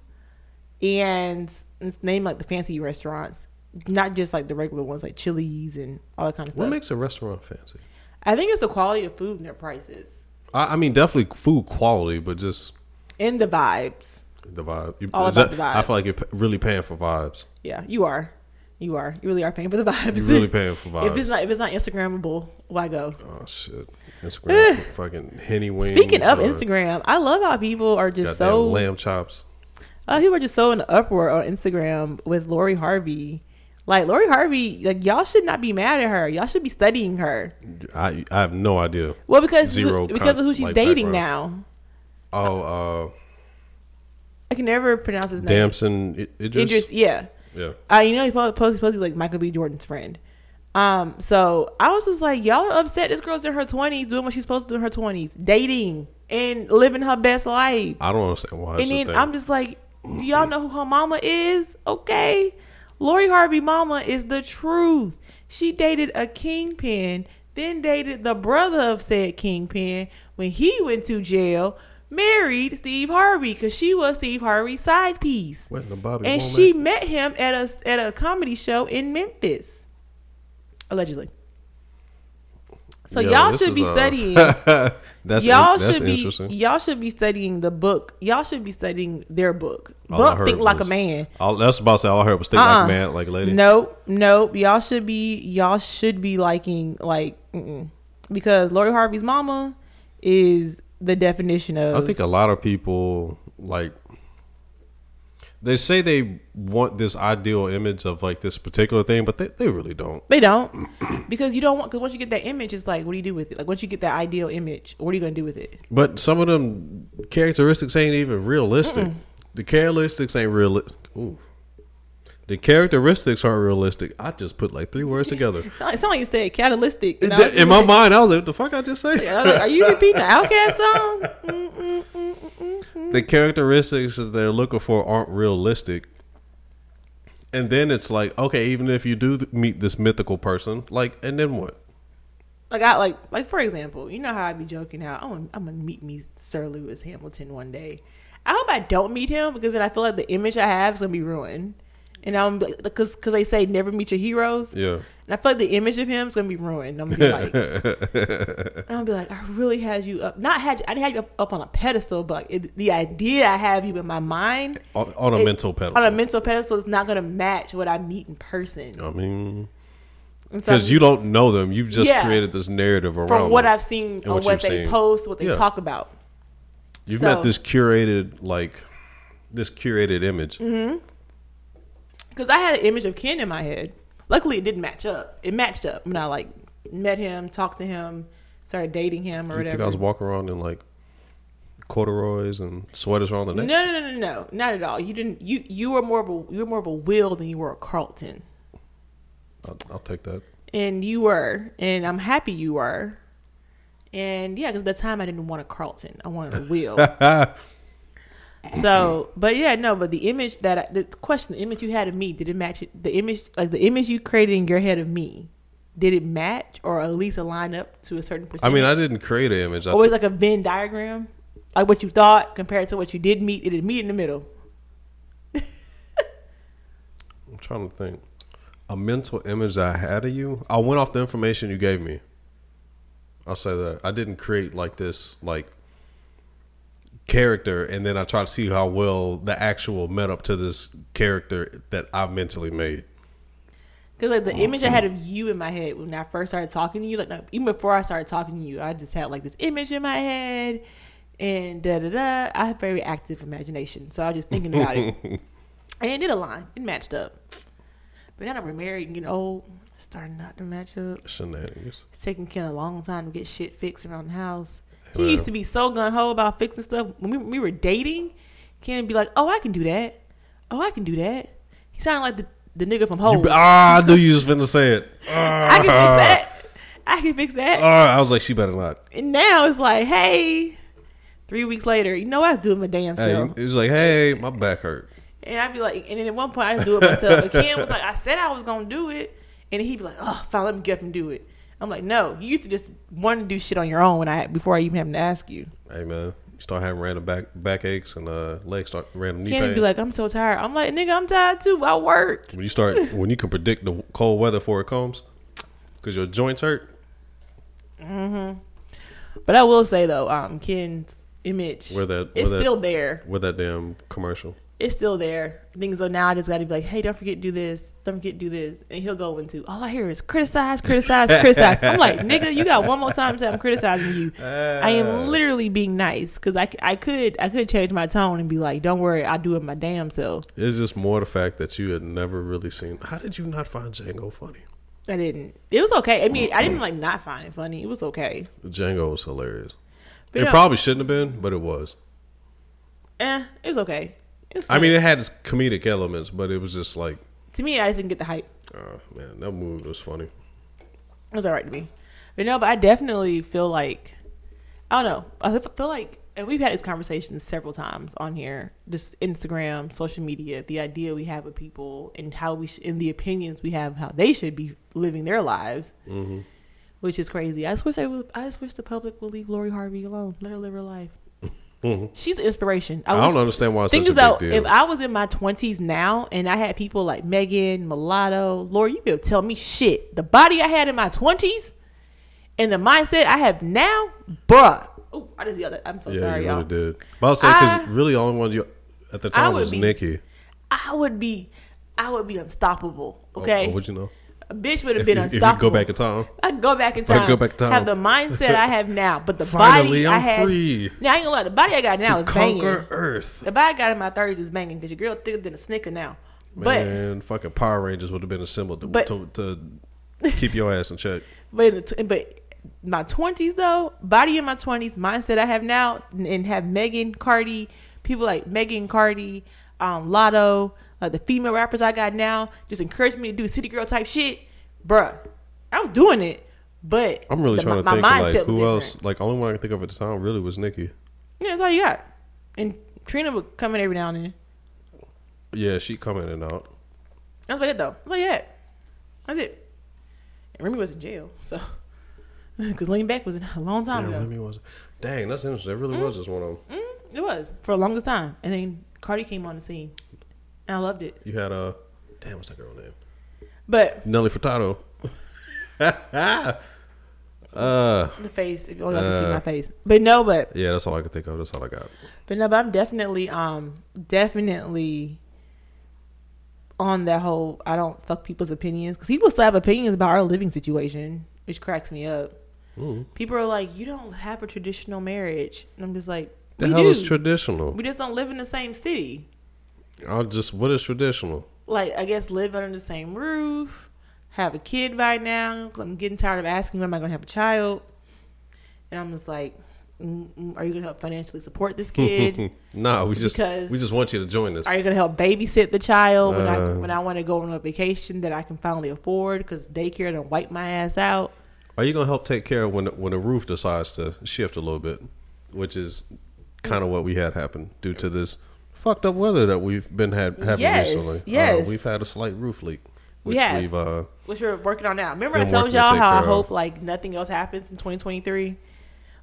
and it's named like the fancy restaurants, not just like the regular ones like Chili's and all that kind of what stuff. makes a restaurant fancy? I think it's the quality of food and their prices I, I mean, definitely food quality, but just and the vibes. the vibe. You- All is about that- the I feel like you're p- really paying for vibes. Yeah, you are, you are, you really are paying for the vibes. You're *laughs* really paying for vibes. if it's not if it's not Instagrammable, why go? oh shit, Instagram f- fucking henny wings. Speaking of or Instagram, I love how people are just goddamn so lamb chops. uh, people are just so in an uproar on Instagram with Lori Harvey. Like Lori Harvey, like y'all should not be mad at her. Y'all should be studying her. I I have no idea. Well, because Zero because con- of who she's like, dating now. Oh, I can never pronounce his uh, name. Damson I- Idris. Idris, yeah. Yeah. Uh, you know, he's supposed supposed to be like Michael B. Jordan's friend. Um, so I was just like, y'all are upset. This girl's in her twenties, doing what she's supposed to do in her twenties, dating and living her best life. I don't understand why. it's and a then thing. I'm just like, do y'all know who her mama is? Okay. Lori Harvey mama is the truth. She dated a kingpin, then dated the brother of said kingpin when he went to jail, married Steve Harvey because she was Steve Harvey's side piece. What in the Bobby and Womack? she met him at a at a comedy show in Memphis, allegedly. So Yo, y'all this should is, be uh, studying *laughs* that's y'all in- that's should interesting. be y'all should be studying the book. Y'all should be studying their book. All Oh, I book heard think like a was- man. All, that's about to say all I heard was think Uh-uh. like man, like lady. Nope, nope. Y'all should be y'all should be liking like mm-mm. because Lori Harvey's mama is the definition I of think a lot of people like they say they want this ideal image of like this particular thing, but they, they really don't. they don't *clears throat* because you don't want because once you get that image, it's like what do you do with it? Like once you get that ideal image, what are you gonna do with it? But some of them characteristics ain't even realistic. The characteristics ain't real. Ooh. The characteristics aren't realistic. I just put like three words together. *laughs* It sound- it sound like you said catalytic. and I was In just my like- mind, I was like, "What the fuck I just say?" I was like, are you repeating the Outcast song? Mm, mm, mm, mm, mm. the characteristics that they're looking for aren't realistic. And then it's like, okay, even if you do th- meet this mythical person, like, and then what? Like I like like for example, you know how I be joking how I'm gonna, I'm gonna meet me Sir Lewis Hamilton one day. I hope I don't meet him because then I feel like the image I have is gonna be ruined, and I'm because because they say never meet your heroes, Yeah. and I feel like the image of him is gonna be ruined. I'm gonna be *laughs* like, and I'll be like, I really had you up, not had you, I didn't have you up, up on a pedestal, but it, the idea I have you in my mind On, on a it- mental pedal. on a mental pedestal is not gonna match what I meet in person. I mean, And so I'm because you don't know them. You've just Yeah. created this narrative around from what them. I've seen on what what, you've they seen. post, what they Yeah. talk about. You've so- got this curated, like, this curated image. Mm-hmm. Because I had an image of Ken in my head. Luckily, it didn't match up. It matched up when I like met him, talked to him, started dating him or You whatever. think I was walking around in, like, corduroys and sweaters around the no, neck? no, no, no, no, not at all. You didn't. You you were more of a you were more of a Will than you were a Carlton, I'll, I'll take that. and you were, and I'm happy you were, and yeah, because at the time I didn't want a Carlton, I wanted a *laughs* Will. So, but yeah, no, but the image that I, the question, the image you had of me, did it match it? The image, like the image you created in your head of me, did it match or at least align up to a certain I percentage? mean, I didn't create an image. I Or was it took- like a Venn diagram, like what you thought compared to what you did meet. It did meet in the middle. I'm trying to think. A mental image that I had of you. I went off the information you gave me. I'll say that. I didn't create like this like character and then I try to see how well the actual met up to this character that I mentally made. Because like the image I had of you in my head when I first started talking to you, like no, even before I started talking to you, I just had like this image in my head, and da da da. I have very active imagination, so I was just thinking about it, and it aligned, it matched up. But now that we're married and getting old, it's starting not to match up. Shenanigans. It's taking Ken a long time to get shit fixed around the house. He used to be so gun ho about fixing stuff. When we, we were dating, Ken would be like, "Oh, I can do that. Oh, I can do that." He sounded like the, the nigga from Hoes. Ah, I knew you was finna say it. Ah, I can fix that. I can fix that. ah, I was like, she better not. and now it's like, hey, three weeks later, you know I was doing my damn Hey, self. it was like, hey, my back hurt. And I'd be like, and then at one point I just do it myself. And Ken was like, I said I was gonna do it, and he'd be like, oh, fine, let me get up and do it. I'm like, no, you used to just want to do shit on your own when I before I even happened to ask you. Hey man, you start having random back back aches and uh legs start random knee Ken would pains. be like, I'm so tired. I'm like, nigga, I'm tired too. I worked. when you start when you can predict the cold weather before it comes, because your joints hurt. But I will say though, um, Ken's image Where that where it's that still there. where that damn commercial. It's still there. Things though now I just gotta be like, hey, don't forget to do this, don't forget to do this, and he'll go into all I hear is criticize, *laughs* criticize, criticize. I'm like, nigga, you got one more time to say I'm criticizing you. I Uh. am literally being nice because I, c- I could I could change my tone and be like, don't worry, I do it my damn self. It's just more the fact that you had never really seen. How did you not find Django funny? I didn't. It was okay. I mean, I didn't like not find it funny. It was okay. Django was hilarious. But it no, probably shouldn't have been, but it was. eh, it was okay. It's I mean, it had its comedic elements, but it was just like, to me, I just didn't get the hype. oh man, that movie was funny. It was all right to me. But no, but I definitely feel like I don't know. I f- feel like and we've had this conversation several times on here, just Instagram, social media, the idea we have of people and how we sh- and the opinions we have of how they should be living their lives, Mm-hmm. which is crazy. I just wish I, would, I just wish the public would leave Lori Harvey alone. Let her live her life. She's an inspiration. Mm-hmm. I, wish- don't understand why it's Thing such a is, though, big if deal. I was in my twenties now and I had people like Megan, Mulatto, Lori, you be able to tell me shit. The body I had in my twenties and the mindset I have now, bruh. Oh, I just yelled. At, I'm so yeah, sorry, you y'all. really did. But I'll say because I- really, the only one you at the I time would was be- Nikki. I would be, I would be unstoppable. Oh, Okay, oh, what'd you know? a bitch would have If been you, if you unstoppable. go back in time, I could go back in I could time. go back in time. Have the mindset I have now, but the Finally, body I'm I had. free. Now I ain't gonna lie. The body I got now is conquer banging. Earth. The body I got in my thirties is banging because your girl thicker than a snicker now. But Man, fucking Power Rangers would have been assembled to, But- to, to keep your ass in check. But in the tw- but my twenties though, body in my twenties, mindset I have now, n- and have Megan Cardi, people like Megan Cardi, um, Lotto, like the female rappers I got now, just encourage me to do city girl type shit, bruh. I was doing it, but I'm really the- trying to think of, like mindset was who else. different. Like only one I can think of at the time really was Nikki. Yeah, that's all you got. And Trina would come in every now and then. Yeah, she come in and out. That's about it though. That's all you had. That's it. And Remy was in jail, so *laughs* because lean back was a long time Yeah, ago. Remy was. Dang, that's interesting. That Mm. really was just one of them. It was for the longest time, and then Cardi came on the scene, and I loved it. You had a damn. What's that girl name? But Nelly Furtado. *laughs* uh, the face, if you only can see Uh. my face. But no, but yeah, that's all I could think of. That's all I got. but no, but I'm definitely um definitely on that whole. I don't fuck people's opinions because people still have opinions about our living situation, which cracks me up. Mm. People are like, "You don't have a traditional marriage," and I'm just like, The "We hell do. is traditional? we just don't live in the same city." I'll just what is traditional? like I guess live under the same roof, have a kid by now. Cause I'm getting tired of asking when am I gonna have a child, and I'm just like, mm, mm, are you gonna help financially support this kid? *laughs* nah, we just Because- we just want you to join us. are you gonna help babysit the child when I Uh. when I want to go on a vacation that I can finally afford because daycare done wipe my ass out? Are you gonna help take care of when when the roof decides to shift a little bit, which is kind of what we had happen due to this fucked up weather that we've been had having Yes, recently. Uh, yes. we've had a slight roof leak, which Yeah. we've uh, Which we're working on now. Remember Been I told working to y'all take how I care of. hope like nothing else happens in 2023.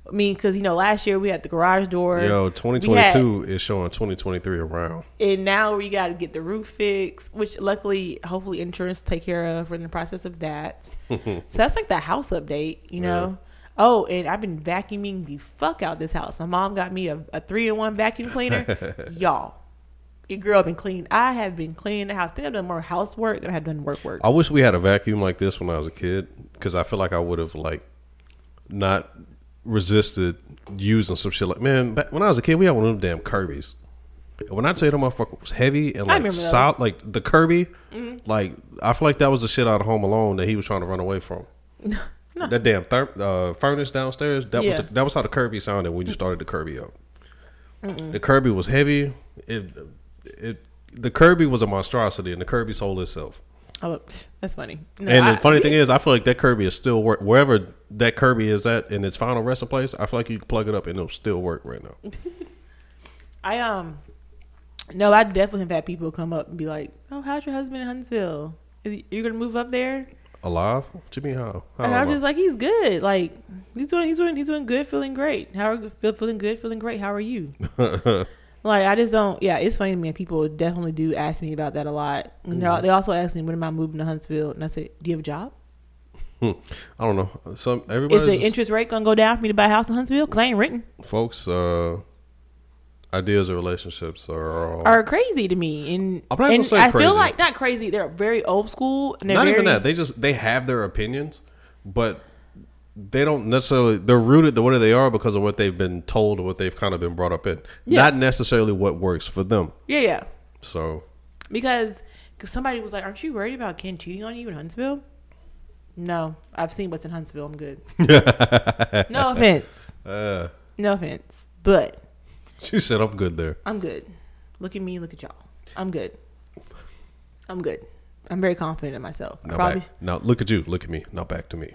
I mean, because you know last year we had the garage door. yo We had- 2022 is showing 2023 around. and now we got to get the roof fixed, which luckily, hopefully, insurance take care of. We're in the process of *laughs* that, so that's like the house update, you know. Oh, and I've been vacuuming the fuck out this house. My mom got me a, a three in one vacuum *laughs* cleaner, y'all. Your girl been clean. I have been cleaning the house. I think I've done more housework than I have done work work. I wish we had a vacuum like this when I was a kid because I feel like I would have like not resisted using some shit like man. Back when I was a kid, we had one of them damn Kirby's. And when I tell you that motherfucker was heavy and like remember those. Mm-hmm. solid, *laughs* like the Kirby, like I feel like that was the shit out of Home Alone that he was trying to run away from. That damn ther- uh, furnace downstairs. That Yeah. was the, that was how the Kirby sounded when you started the Kirby up. The Kirby was heavy. It it the Kirby was a monstrosity, and the Kirby sold itself. Oh, psh, that's funny. No, and I- the funny thing is, I feel like that Kirby is still work wherever that Kirby is at in its final resting place. I feel like you can plug it up and it'll still work right now. I um, no, I definitely have had people come up and be like, "Oh, how's your husband in Huntsville? Is he, you're gonna move up there?" Alive? What you mean how? How And I'm alive? just like, "He's good. Like, he's doing, he's doing, he's doing good. Feeling great. How are feel, feeling good? Feeling great. How are *laughs* you?" like, I just don't. Yeah, it's funny to me. People definitely do ask me about that a lot. And Mm-hmm. they're- They also ask me, "When am I moving to Huntsville?" And I say, "Do you have a job? I don't know. Some Is everybody's the just- interest rate gonna go down for me to buy a house in Huntsville? Cause I ain't renting." folks. Uh, ideas of relationships are uh, all. Are crazy to me, and, Oh. I'm not gonna and say I crazy. feel like not crazy. They're very old school, and they're not even very- that. They just they have their opinions, but they don't necessarily they're rooted to what they are because of what they've been told or what they've kind of been brought up in. Yeah. Not necessarily what works for them. Yeah, yeah. So *laughs* Because cause somebody was like, "Aren't you worried about Ken cheating on you in Huntsville?" No, I've seen what's in Huntsville. I'm *laughs* good. no offense. uh, No offense, but she said I'm good there. I'm good. Look at me. Look at y'all. I'm good. I'm good. I'm very confident in myself. I Now probably back. Now look at you. Look at me. Now back to me.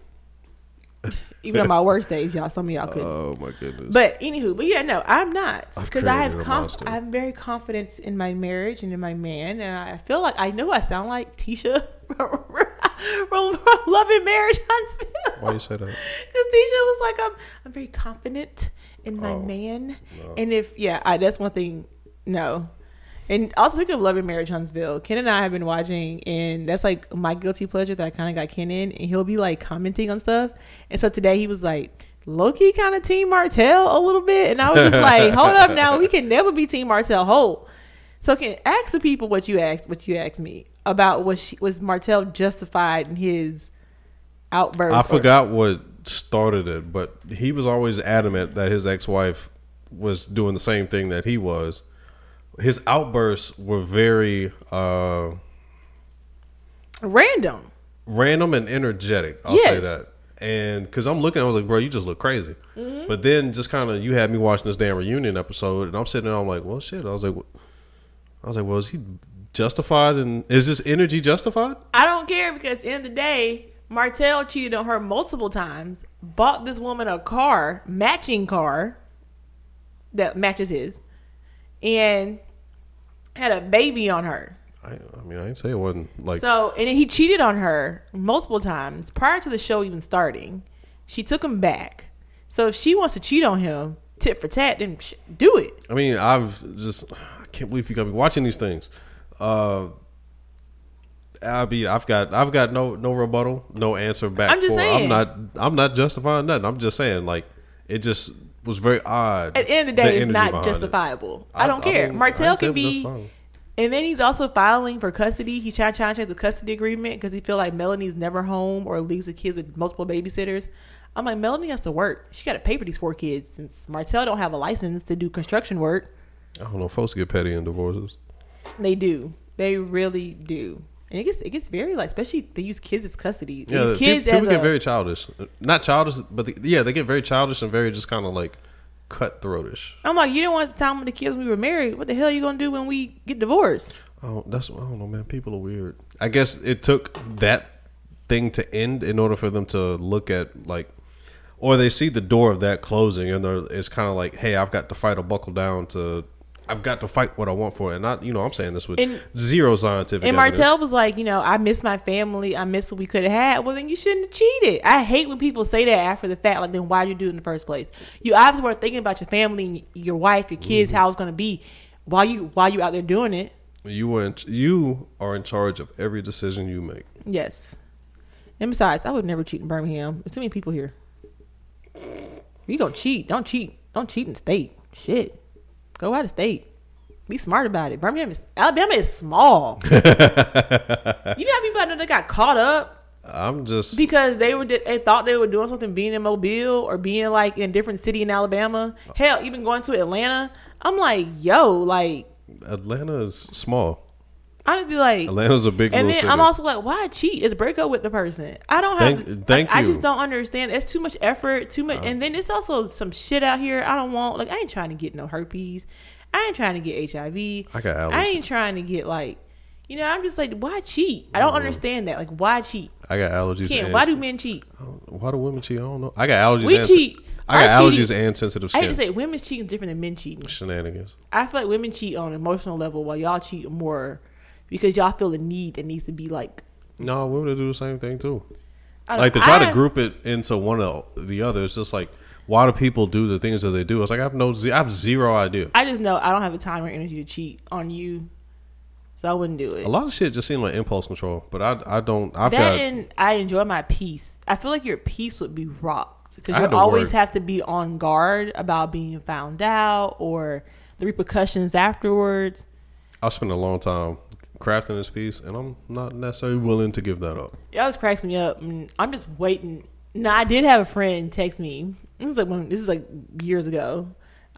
even on my worst days, y'all. Some of *laughs* y'all couldn't. Oh my goodness. But anywho, but yeah, no, I'm not I've because I created have a conf- monster. I'm very confident in my marriage and in my man, and I feel like I know I sound like Tisha *laughs* from, from Love and Marriage Huntsville. Why you say that? Because Tisha was like, I'm, I'm very confident in my Oh, man. no. And if, yeah, I, that's one thing, no. And also, speaking of Love and Marriage Huntsville, Ken and I have been watching, and that's like my guilty pleasure that I kind of got Ken in, and he'll be like commenting on stuff. And so today he was like, low key kind of Team Martell a little bit. And I was just *laughs* like, hold up now, we can never be Team Martell whole. So can ask the people what you asked, what you asked me about was she was Martell justified in his outburst? I or- forgot what started it, but he was always adamant that his ex-wife was doing the same thing that he was. His outbursts were very uh, random. random and energetic. I'll say Yes. that. And because I'm looking, I was like, bro, you just look crazy. But then just kind of, you had me watching this damn reunion episode, and I'm sitting there, I'm like, well, shit. I was like, wh- I was like, well, is he justified? And is this energy justified? I don't care because at the end of the day, Martell cheated on her multiple times, bought this woman a car, matching car that matches his, and had a baby on her. I, I mean, I didn't say it wasn't like, So and then he cheated on her multiple times prior to the show even starting. She took him back. So if she wants to cheat on him, tit for tat, then sh- do it. I mean, I've just, I can't believe you got me watching these things. Uh, I mean, I've got, I've got no, no rebuttal, no answer back. I'm just for- saying. I'm not, I'm not justifying nothing. I'm just saying, like, it just was very odd. At the end of the day, it's energy not behind it. justifiable. I, don't care. mean, Martell I can tell you be. that's fine. And then he's also filing for custody. He's trying, trying to check the custody agreement because he feel like Melanie's never home or leaves the kids with multiple babysitters. I'm like, Melanie has to work. She got to pay for these four kids since Martell don't have a license to do construction work. I don't know. Folks get petty in divorces. They do. They really do. And it gets it gets very like, especially they use kids as custody. They Yeah, use pe- kids people as get a, very childish. Not childish, but the, yeah, they get very childish and very just kind of like cutthroatish. I'm like, you didn't want time with the kids when we were married. What the hell you gonna do when we get divorced? Oh, that's I don't know, man. People are weird. I guess it took that thing to end in order for them to look at like, or they see the door of that closing, and they're, it's kind of like, hey, I've got to fight or buckle down to. I've got to fight what I want for it, and not you know I'm saying this with And- zero scientific. And evidence. Martell was like, you know, I miss my family. I miss what we could have had. Well, then you shouldn't have cheated. I hate when people say that after the fact. Like, then why'd you do it in the first place? You obviously were thinking about your family and your wife, your kids, how it's going to be while you while you out there doing it. You were in, you are in charge of every decision you make. Yes. And besides, I would never cheat in Birmingham. There's too many people here. If you gonna cheat, don't cheat. Don't cheat in state. Shit. Go out of state. Be smart about it. Birmingham is Alabama is small. you know how people I know that got caught up I'm just because they were they thought they were doing something being in Mobile or being like in a different city in Alabama. Hell, even going to Atlanta. I'm like, yo, like Atlanta is small. I'll just be like, Atlanta's a big and little then city. I'm also like, why cheat? It's break up with the person. I don't have. Thank- thank like, I you. Uh-huh. just don't understand. It's too much effort. Too much, and then it's also some shit out here. I don't want. Like, I ain't trying to get no herpes. I ain't trying to get HIV. I got allergies. I ain't trying to get like, you know. I'm just like, why cheat? I Uh-huh. don't understand that. Like, why cheat? I got allergies. Ken, and why do men cheat? why do women cheat? I don't know. I got allergies. We and, cheat. I got Our allergies cheating- and sensitive I hate to skin say, women cheating is different than men cheating. shenanigans. I feel like women cheat on an emotional level, while y'all cheat more because y'all feel the need that needs to be like. No, women do the same thing too. I don't- Like to try I- to group it into one or the other. It's just like why do people do the things that they do? It's like I have no, ze- I have zero idea. I just know I don't have the time or energy to cheat on you, so I wouldn't do it. A lot of shit just seemed like impulse control, but I I don't. I've that got and I enjoy my peace. I feel like your peace would be rocked because I you had to always work. have to be on guard about being found out or the repercussions afterwards. I spent a long time crafting this piece, and I'm not necessarily willing to give that up. It always cracks me up. and I'm just waiting. No, I did have a friend text me. This is like when, this is like years ago.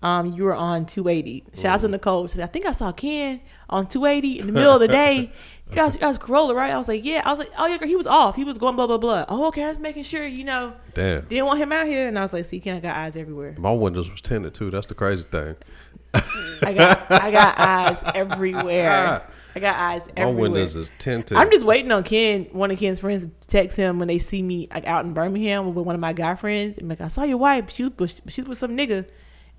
Um, you were on 280. Shout Mm. out to Nicole. She said, I think I saw Ken on 280 in the middle of the *laughs* day. I was, I was Corolla, right? I was like, yeah. I was like, oh yeah, girl, he was off. He was going blah blah blah. Oh, okay. I was making sure, you know, Damn, didn't want him out here. And I was like, see, Ken, I got eyes everywhere. my windows was tinted too. That's the crazy thing. I got, I got eyes *laughs* everywhere. I got eyes My everywhere. windows is tinted. I'm just waiting on Ken, one of Ken's friends, to text him when they see me like out in Birmingham with one of my guy friends. And like, I saw your wife. She was with, she was with some nigga,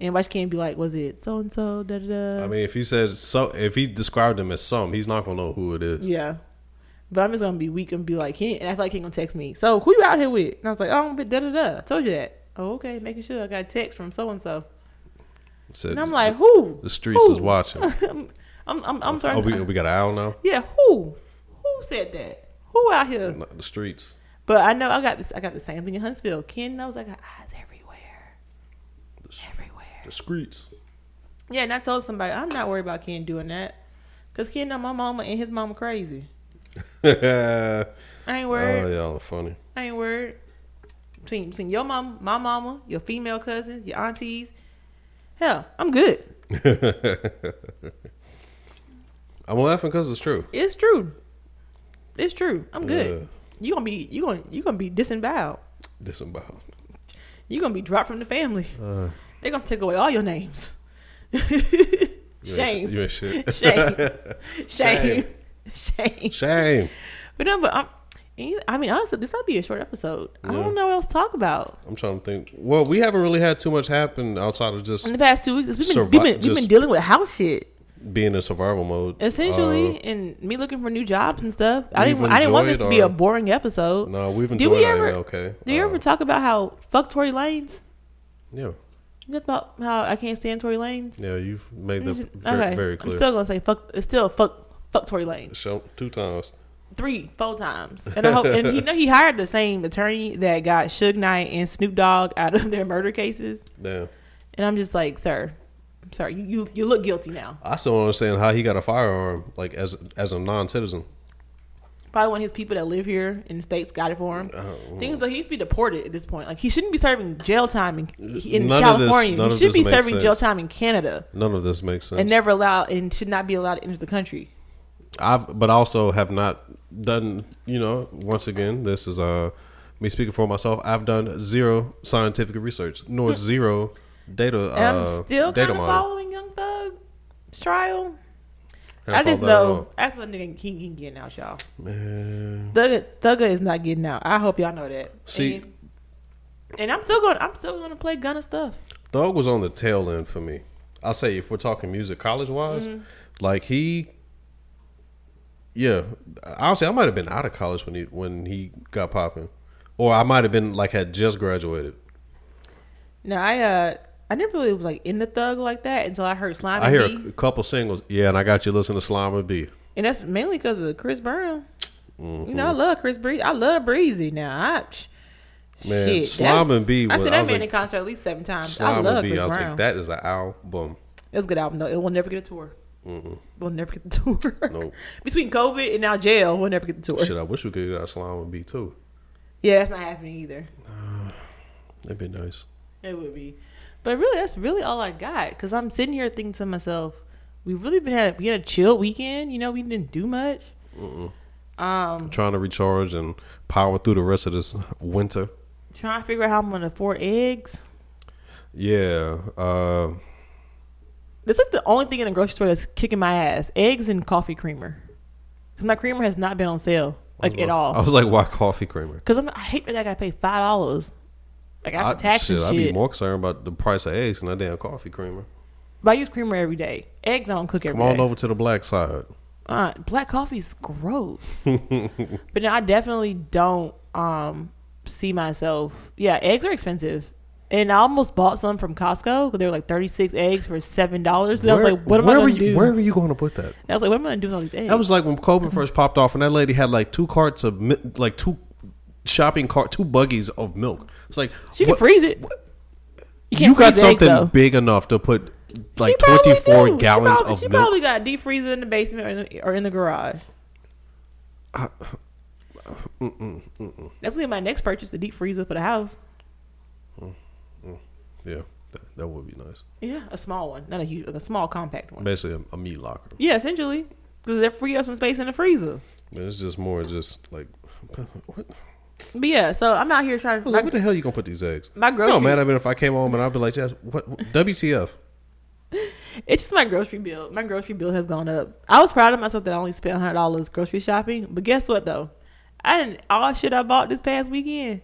and watch Ken be like, was it so and so? Da da da. I mean, if he says so, if he described him as some, he's not gonna know who it is. Yeah, but I'm just gonna be weak and be like Ken, and I feel like Ken gonna text me. So who you out here with? And I was like, oh, da da da. I told you that. Oh, okay. Making sure I got a text from so and so. Said, And I'm *laughs* like, who? the streets who? is watching. *laughs* I'm I'm I'm oh, starting. we, we got an owl now. yeah, who? Who said that? Who out here? Not the streets. But I know I got this. I got the same thing in Huntsville. Ken knows I got eyes everywhere, everywhere. The *laughs* streets. Yeah, and I told somebody I'm not worried about Ken doing that, cause Ken know my mama and his mama crazy. oh, I ain't worried. y'all are funny. I ain't worried. Between between your mom, my mama, your female cousins, your aunties, hell, I'm good. I'm laughing because it's true. It's true. It's true. I'm good. Yeah. You gonna be you gonna you gonna be disemboweled. Disemboweled. You gonna be dropped from the family. Uh, They're gonna take away all your names. *laughs* you ain't- Shame. You ain't *laughs* shit. shame, shame, Shame. shame. Shame. But no, but I'm, and- I mean, honestly, this might be a short episode. I Yeah. don't know what else to talk about. I'm trying to think. Well, we haven't really had too much happen outside of In just the past two weeks, we've been, we've, Survi- been, we've been just- dealing with house shit being in survival mode. essentially, Uh, and me looking for new jobs and stuff. I we've didn't I didn't want this to be a enjoyed our- boring episode. no, Uh, we've Did we enjoyed our ever- MLK. Do you Uh, ever talk about how fuck Tory Lanes? Yeah, That's about how I can't stand Tory Lanes. yeah. You've made that Just- very, very Mm-hmm. I'm clear. still gonna say fuck. It's still fuck. Fuck Tory Lanes. Show two times. three, four times. And I hope, and he know he hired the same attorney that got Suge Knight and Snoop Dogg out of their murder cases. Damn. And I'm just like, sir, I'm sorry, you you, you look guilty now. I still don't understand how he got a firearm, like as as a non citizen. Probably one of his people that live here in the states got it for him. Oh, Things like he needs to be deported at this point. Like he shouldn't be serving jail time in, in None of this- California. none he of should this be makes serving jail sense. time in Canada None of this makes sense. and never allowed and should not be allowed to enter the country. I've but also have not done. You know, once again, this is uh me speaking for myself. I've done zero scientific research, nor zero data. Hmm. And uh, I'm still kind data of model. following Young Thug's trial. Haven't I just followed that at know all. that's what nigga he can get out, y'all. Man. Thugger, Thugger is not getting out. I hope y'all know that. See- and, and I'm still going. I'm still going to play Gunna stuff. Thug was on the tail end for me. I'll say if we're talking music college wise, Mm-hmm. like he Yeah. Honestly, I might have been out of college when he when he got popping. Or I might have been like had just graduated. Now I uh I never really was like in the Thug like that until I heard Slime I and hear B. a couple singles. Yeah, and I got you listening to Slime and B. and that's mainly because of Chris Brown. You know I Mm-hmm. love Chris Breezy. I love Breezy now. I, psh, Man, shit, Slime that's- and B I was- seen I that was man like- in concert at least seven times. I Slime love and B. Chris I was Brown. like, that is an album. It's a good album though. It will never get a tour. We'll never get the *laughs* tour. Nope. Between COVID and now jail, we'll never get the tour. Shit, I wish we could get out Slime and B too. Yeah, that's not happening either. That'd be nice. It would be. But really, that's really all I got because I'm sitting here thinking to myself, we've really been had we had a chill weekend. You know, we didn't do much. Um, trying to recharge and power through the rest of this winter. trying to figure out how I'm gonna afford eggs. Yeah. Uh, That's like the only thing in the grocery store that's kicking my ass: eggs and coffee creamer. Because my creamer has not been on sale I like was- at *laughs* I all. was like, why coffee creamer? Because I hate that I gotta pay five dollars. Like I, after tax shit, and shit. I'd be more concerned about the price of eggs than that damn coffee creamer. But I use creamer every day. Eggs I don't cook every Come day. on over to the black side. Uh, black coffee's gross. *laughs* but no, I definitely don't um see myself. Yeah, eggs are expensive. And I almost bought some from Costco. 'cause They were like thirty six eggs for seven dollars. I was like, "What am I where were going to you, do?" Where were you going to put that? I was like, "What am I going to do with all these eggs?" That was like when COVID first popped off, and that lady had like two carts of mi- like two shopping cart, two buggies of milk. It's like she can what- freeze it. You, can't you got freeze eggs, something though. big enough to put like She probably twenty four do. She gallons probably- of She milk. probably got a deep freezer in the basement or in the, or in the garage. *sighs* mm, That's gonna be my next purchase: a deep freezer for the house. yeah, that, that would be nice. Yeah, a small one, not a huge, like a small compact one. Basically, a, a meat locker. Yeah, essentially, because that free up some space in the freezer. But it's just more just like what, But yeah, so I'm out here trying I to was my, like, what the hell you gonna put these eggs? my grocery. No, man. I mean, if I came home and I'd be like, yes, what, what WTF? it's just my grocery bill. My grocery bill has gone up. I was proud of myself that I only spent hundred dollars grocery shopping, but guess what though? I didn't all shit I bought this past weekend.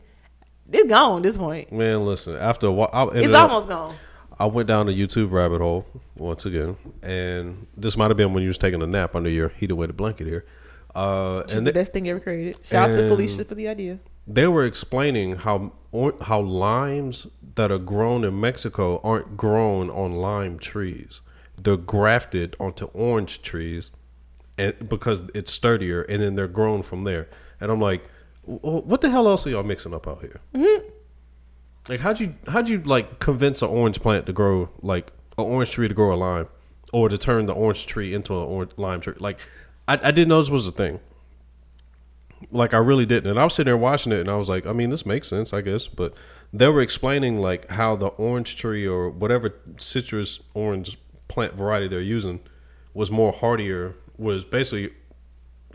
It's gone at this point. Man, listen. After a while, I ended It's up- almost gone. I went down the YouTube rabbit hole once again, and this might have been when you was taking a nap under your heated weighted blanket here. Uh, Which is and the they, best thing ever created. Shout out to and- Felicia for the idea. they were explaining how or, how limes that are grown in Mexico aren't grown on lime trees; they're grafted onto orange trees, and because it's sturdier, and then they're grown from there. And I'm like, "W- what the hell else are y'all mixing up out here? Like how'd you how'd you like convince an orange plant to grow like an orange tree to grow a lime, or to turn the orange tree into an orange lime tree? Like I, I didn't know this was a thing. Like I really didn't, and I was sitting there watching it, and I was like, I mean, this makes sense, I guess. But they were explaining like how the orange tree or whatever citrus orange plant variety they're using was more hardier, was basically,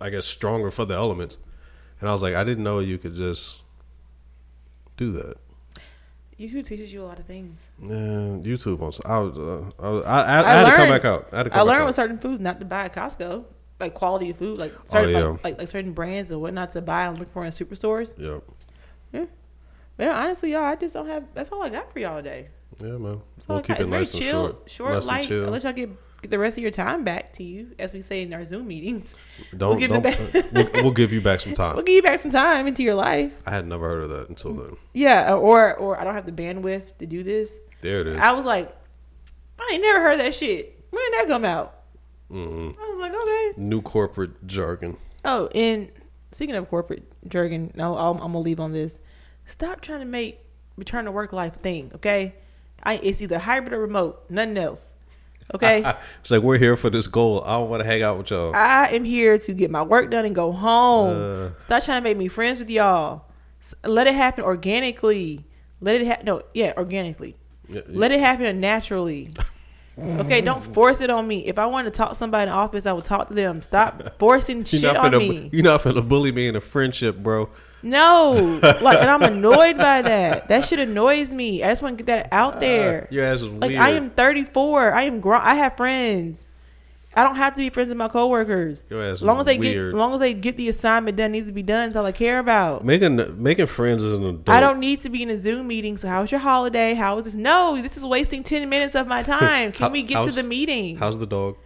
I guess, stronger for the elements. And I was like, I didn't know you could just do that. YouTube teaches you a lot of things. Yeah, YouTube on. I was. Uh, I, was I, I, I I, had to come learned- back out. I, had to come I back learned out. with certain foods not to buy at Costco, like quality of food, like certain Oh, yeah. like, like like certain brands and what not to buy and look for in superstores. Yep. But honestly, y'all, I just don't have. That's all I got for y'all today. Yeah, man. That's all We'll I keep got. it It's nice very and chill, short. nice light. and chill. Unless y'all get, get the rest of your time back to you, as we say in our Zoom meetings. Don't. give it don't we'll, we'll give you back some time. *laughs* We'll give you back some time into your life. I had never heard of that until then. Yeah, or or I don't have the bandwidth to do this. There it is. I was like, I ain't never heard that shit. When did that come out? Mhm. I was like, okay. New corporate jargon. Oh, and speaking of corporate jargon, no, I'm, I'm gonna leave on this. Stop trying to make return to work life a thing. Okay, I it's either hybrid or remote, nothing else. *laughs* Okay, Ah, It's like we're here for this goal. I don't want to hang out with y'all. I am here to get my work done and go home. Uh. Stop trying to make me friends with y'all. S- Let it happen organically. Let it happen. No, yeah, organically. Yeah, yeah. Let it happen naturally. Okay, *laughs* don't force it on me. If I want to talk to somebody in the office, I will talk to them. Stop forcing *laughs* You're shit not on finna. me. You're not finna bully me in a friendship, bro. Ah, No, like, and I'm annoyed by that. That shit annoys me. I just want to get that out there. Your ass is like, Uh, weird. I am 34. I am grown. I have friends. I don't have to be friends with my coworkers. Your ass is long as they weird. get, long as they get the assignment done, needs to be done. That's all I care about. making making friends is an adult. I don't need to be in a Zoom meeting. So, how was your holiday? How was this? No, this is wasting 10 minutes of my time. Can *laughs* How- we get to how's- the meeting? How's the dog?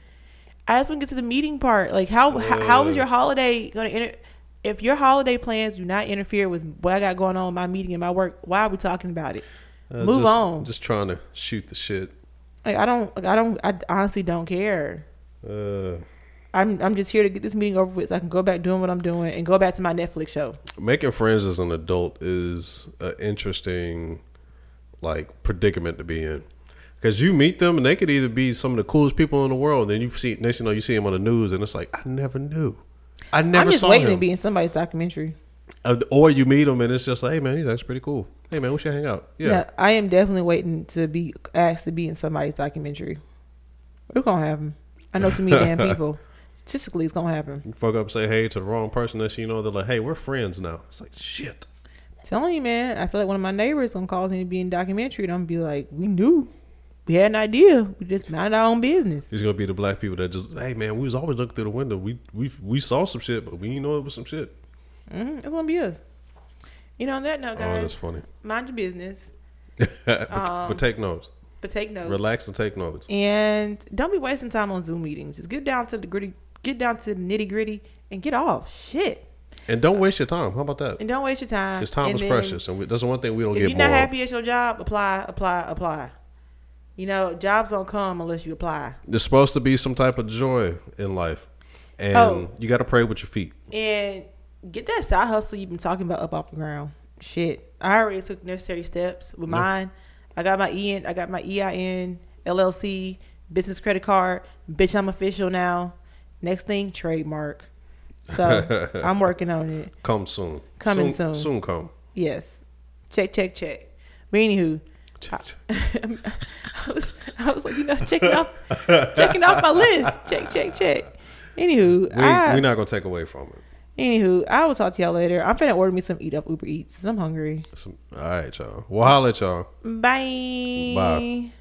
I just want to get to the meeting part. Like, how how, how is Uh. your holiday going to inter? If your holiday plans do not interfere with what I got going on in my meeting and my work, why are we talking about it? Uh, Move just- on. Just trying to shoot the shit. Like, I don't, like, I don't, I honestly don't care. Uh, I'm I'm just here to get this meeting over with so I can go back doing what I'm doing and go back to my Netflix show. making friends as an adult is an interesting like predicament to be in because you meet them and they could either be some of the coolest people in the world then you see next thing you know you see them on the news and it's like i never knew i never I'm just saw waiting him to be in somebody's documentary. Uh, or you meet them and it's just like hey man he's actually pretty cool hey man we should hang out yeah, Yeah. I am definitely waiting to be asked to be in somebody's documentary. We're gonna have them. I know *laughs* too many damn people. Statistically, it's gonna happen. You fuck up, say hey to the wrong person. Next thing you know, they're like, "Hey, we're friends now." It's like shit. telling you, man. I feel like one of my neighbors gonna call me to be in documentary, and I'm gonna be like, we knew, we had an idea. We just mind our own business. It's gonna be the black people that just, "Hey, man, we was always looking through the window. We we we saw some shit, but we didn't know it was some shit." hmm It's gonna be us. You know, on that note, Oh, guys, that's funny. *laughs* mind your business, but, Um, but take notes. but take notes. Relax and take notes. and don't be wasting time on Zoom meetings. Just get down to the gritty, get down to the nitty gritty, and get off shit. And don't waste your time. How about that? And don't waste your time. Because time And is then precious, and we, that's the one thing we don't If get you're more. not of. happy at your job, apply, apply, apply. You know, jobs don't come unless you apply. There's supposed to be some type of joy in life, and Oh. you got to pray with your feet. And get that side hustle you've been talking about up off the ground. Shit, I already took necessary steps with mine. I got my EN, I got my EIN, LLC, business credit card. Bitch, I'm official now. Next thing, trademark. *laughs* So I'm working on it. Come soon. Coming soon. Soon, soon come. Yes, check, check, check. But anywho, *laughs* Uh, I was, I was like, you know, checking off, checking off my list. Check, check, check. Anywho, We, I, we're not gonna take away from it. anywho, I will talk to y'all later. I'm finna order me some eat up Uber Eats. 'cause I'm hungry. Some, all right, y'all. We'll holler at y'all. Bye. Bye.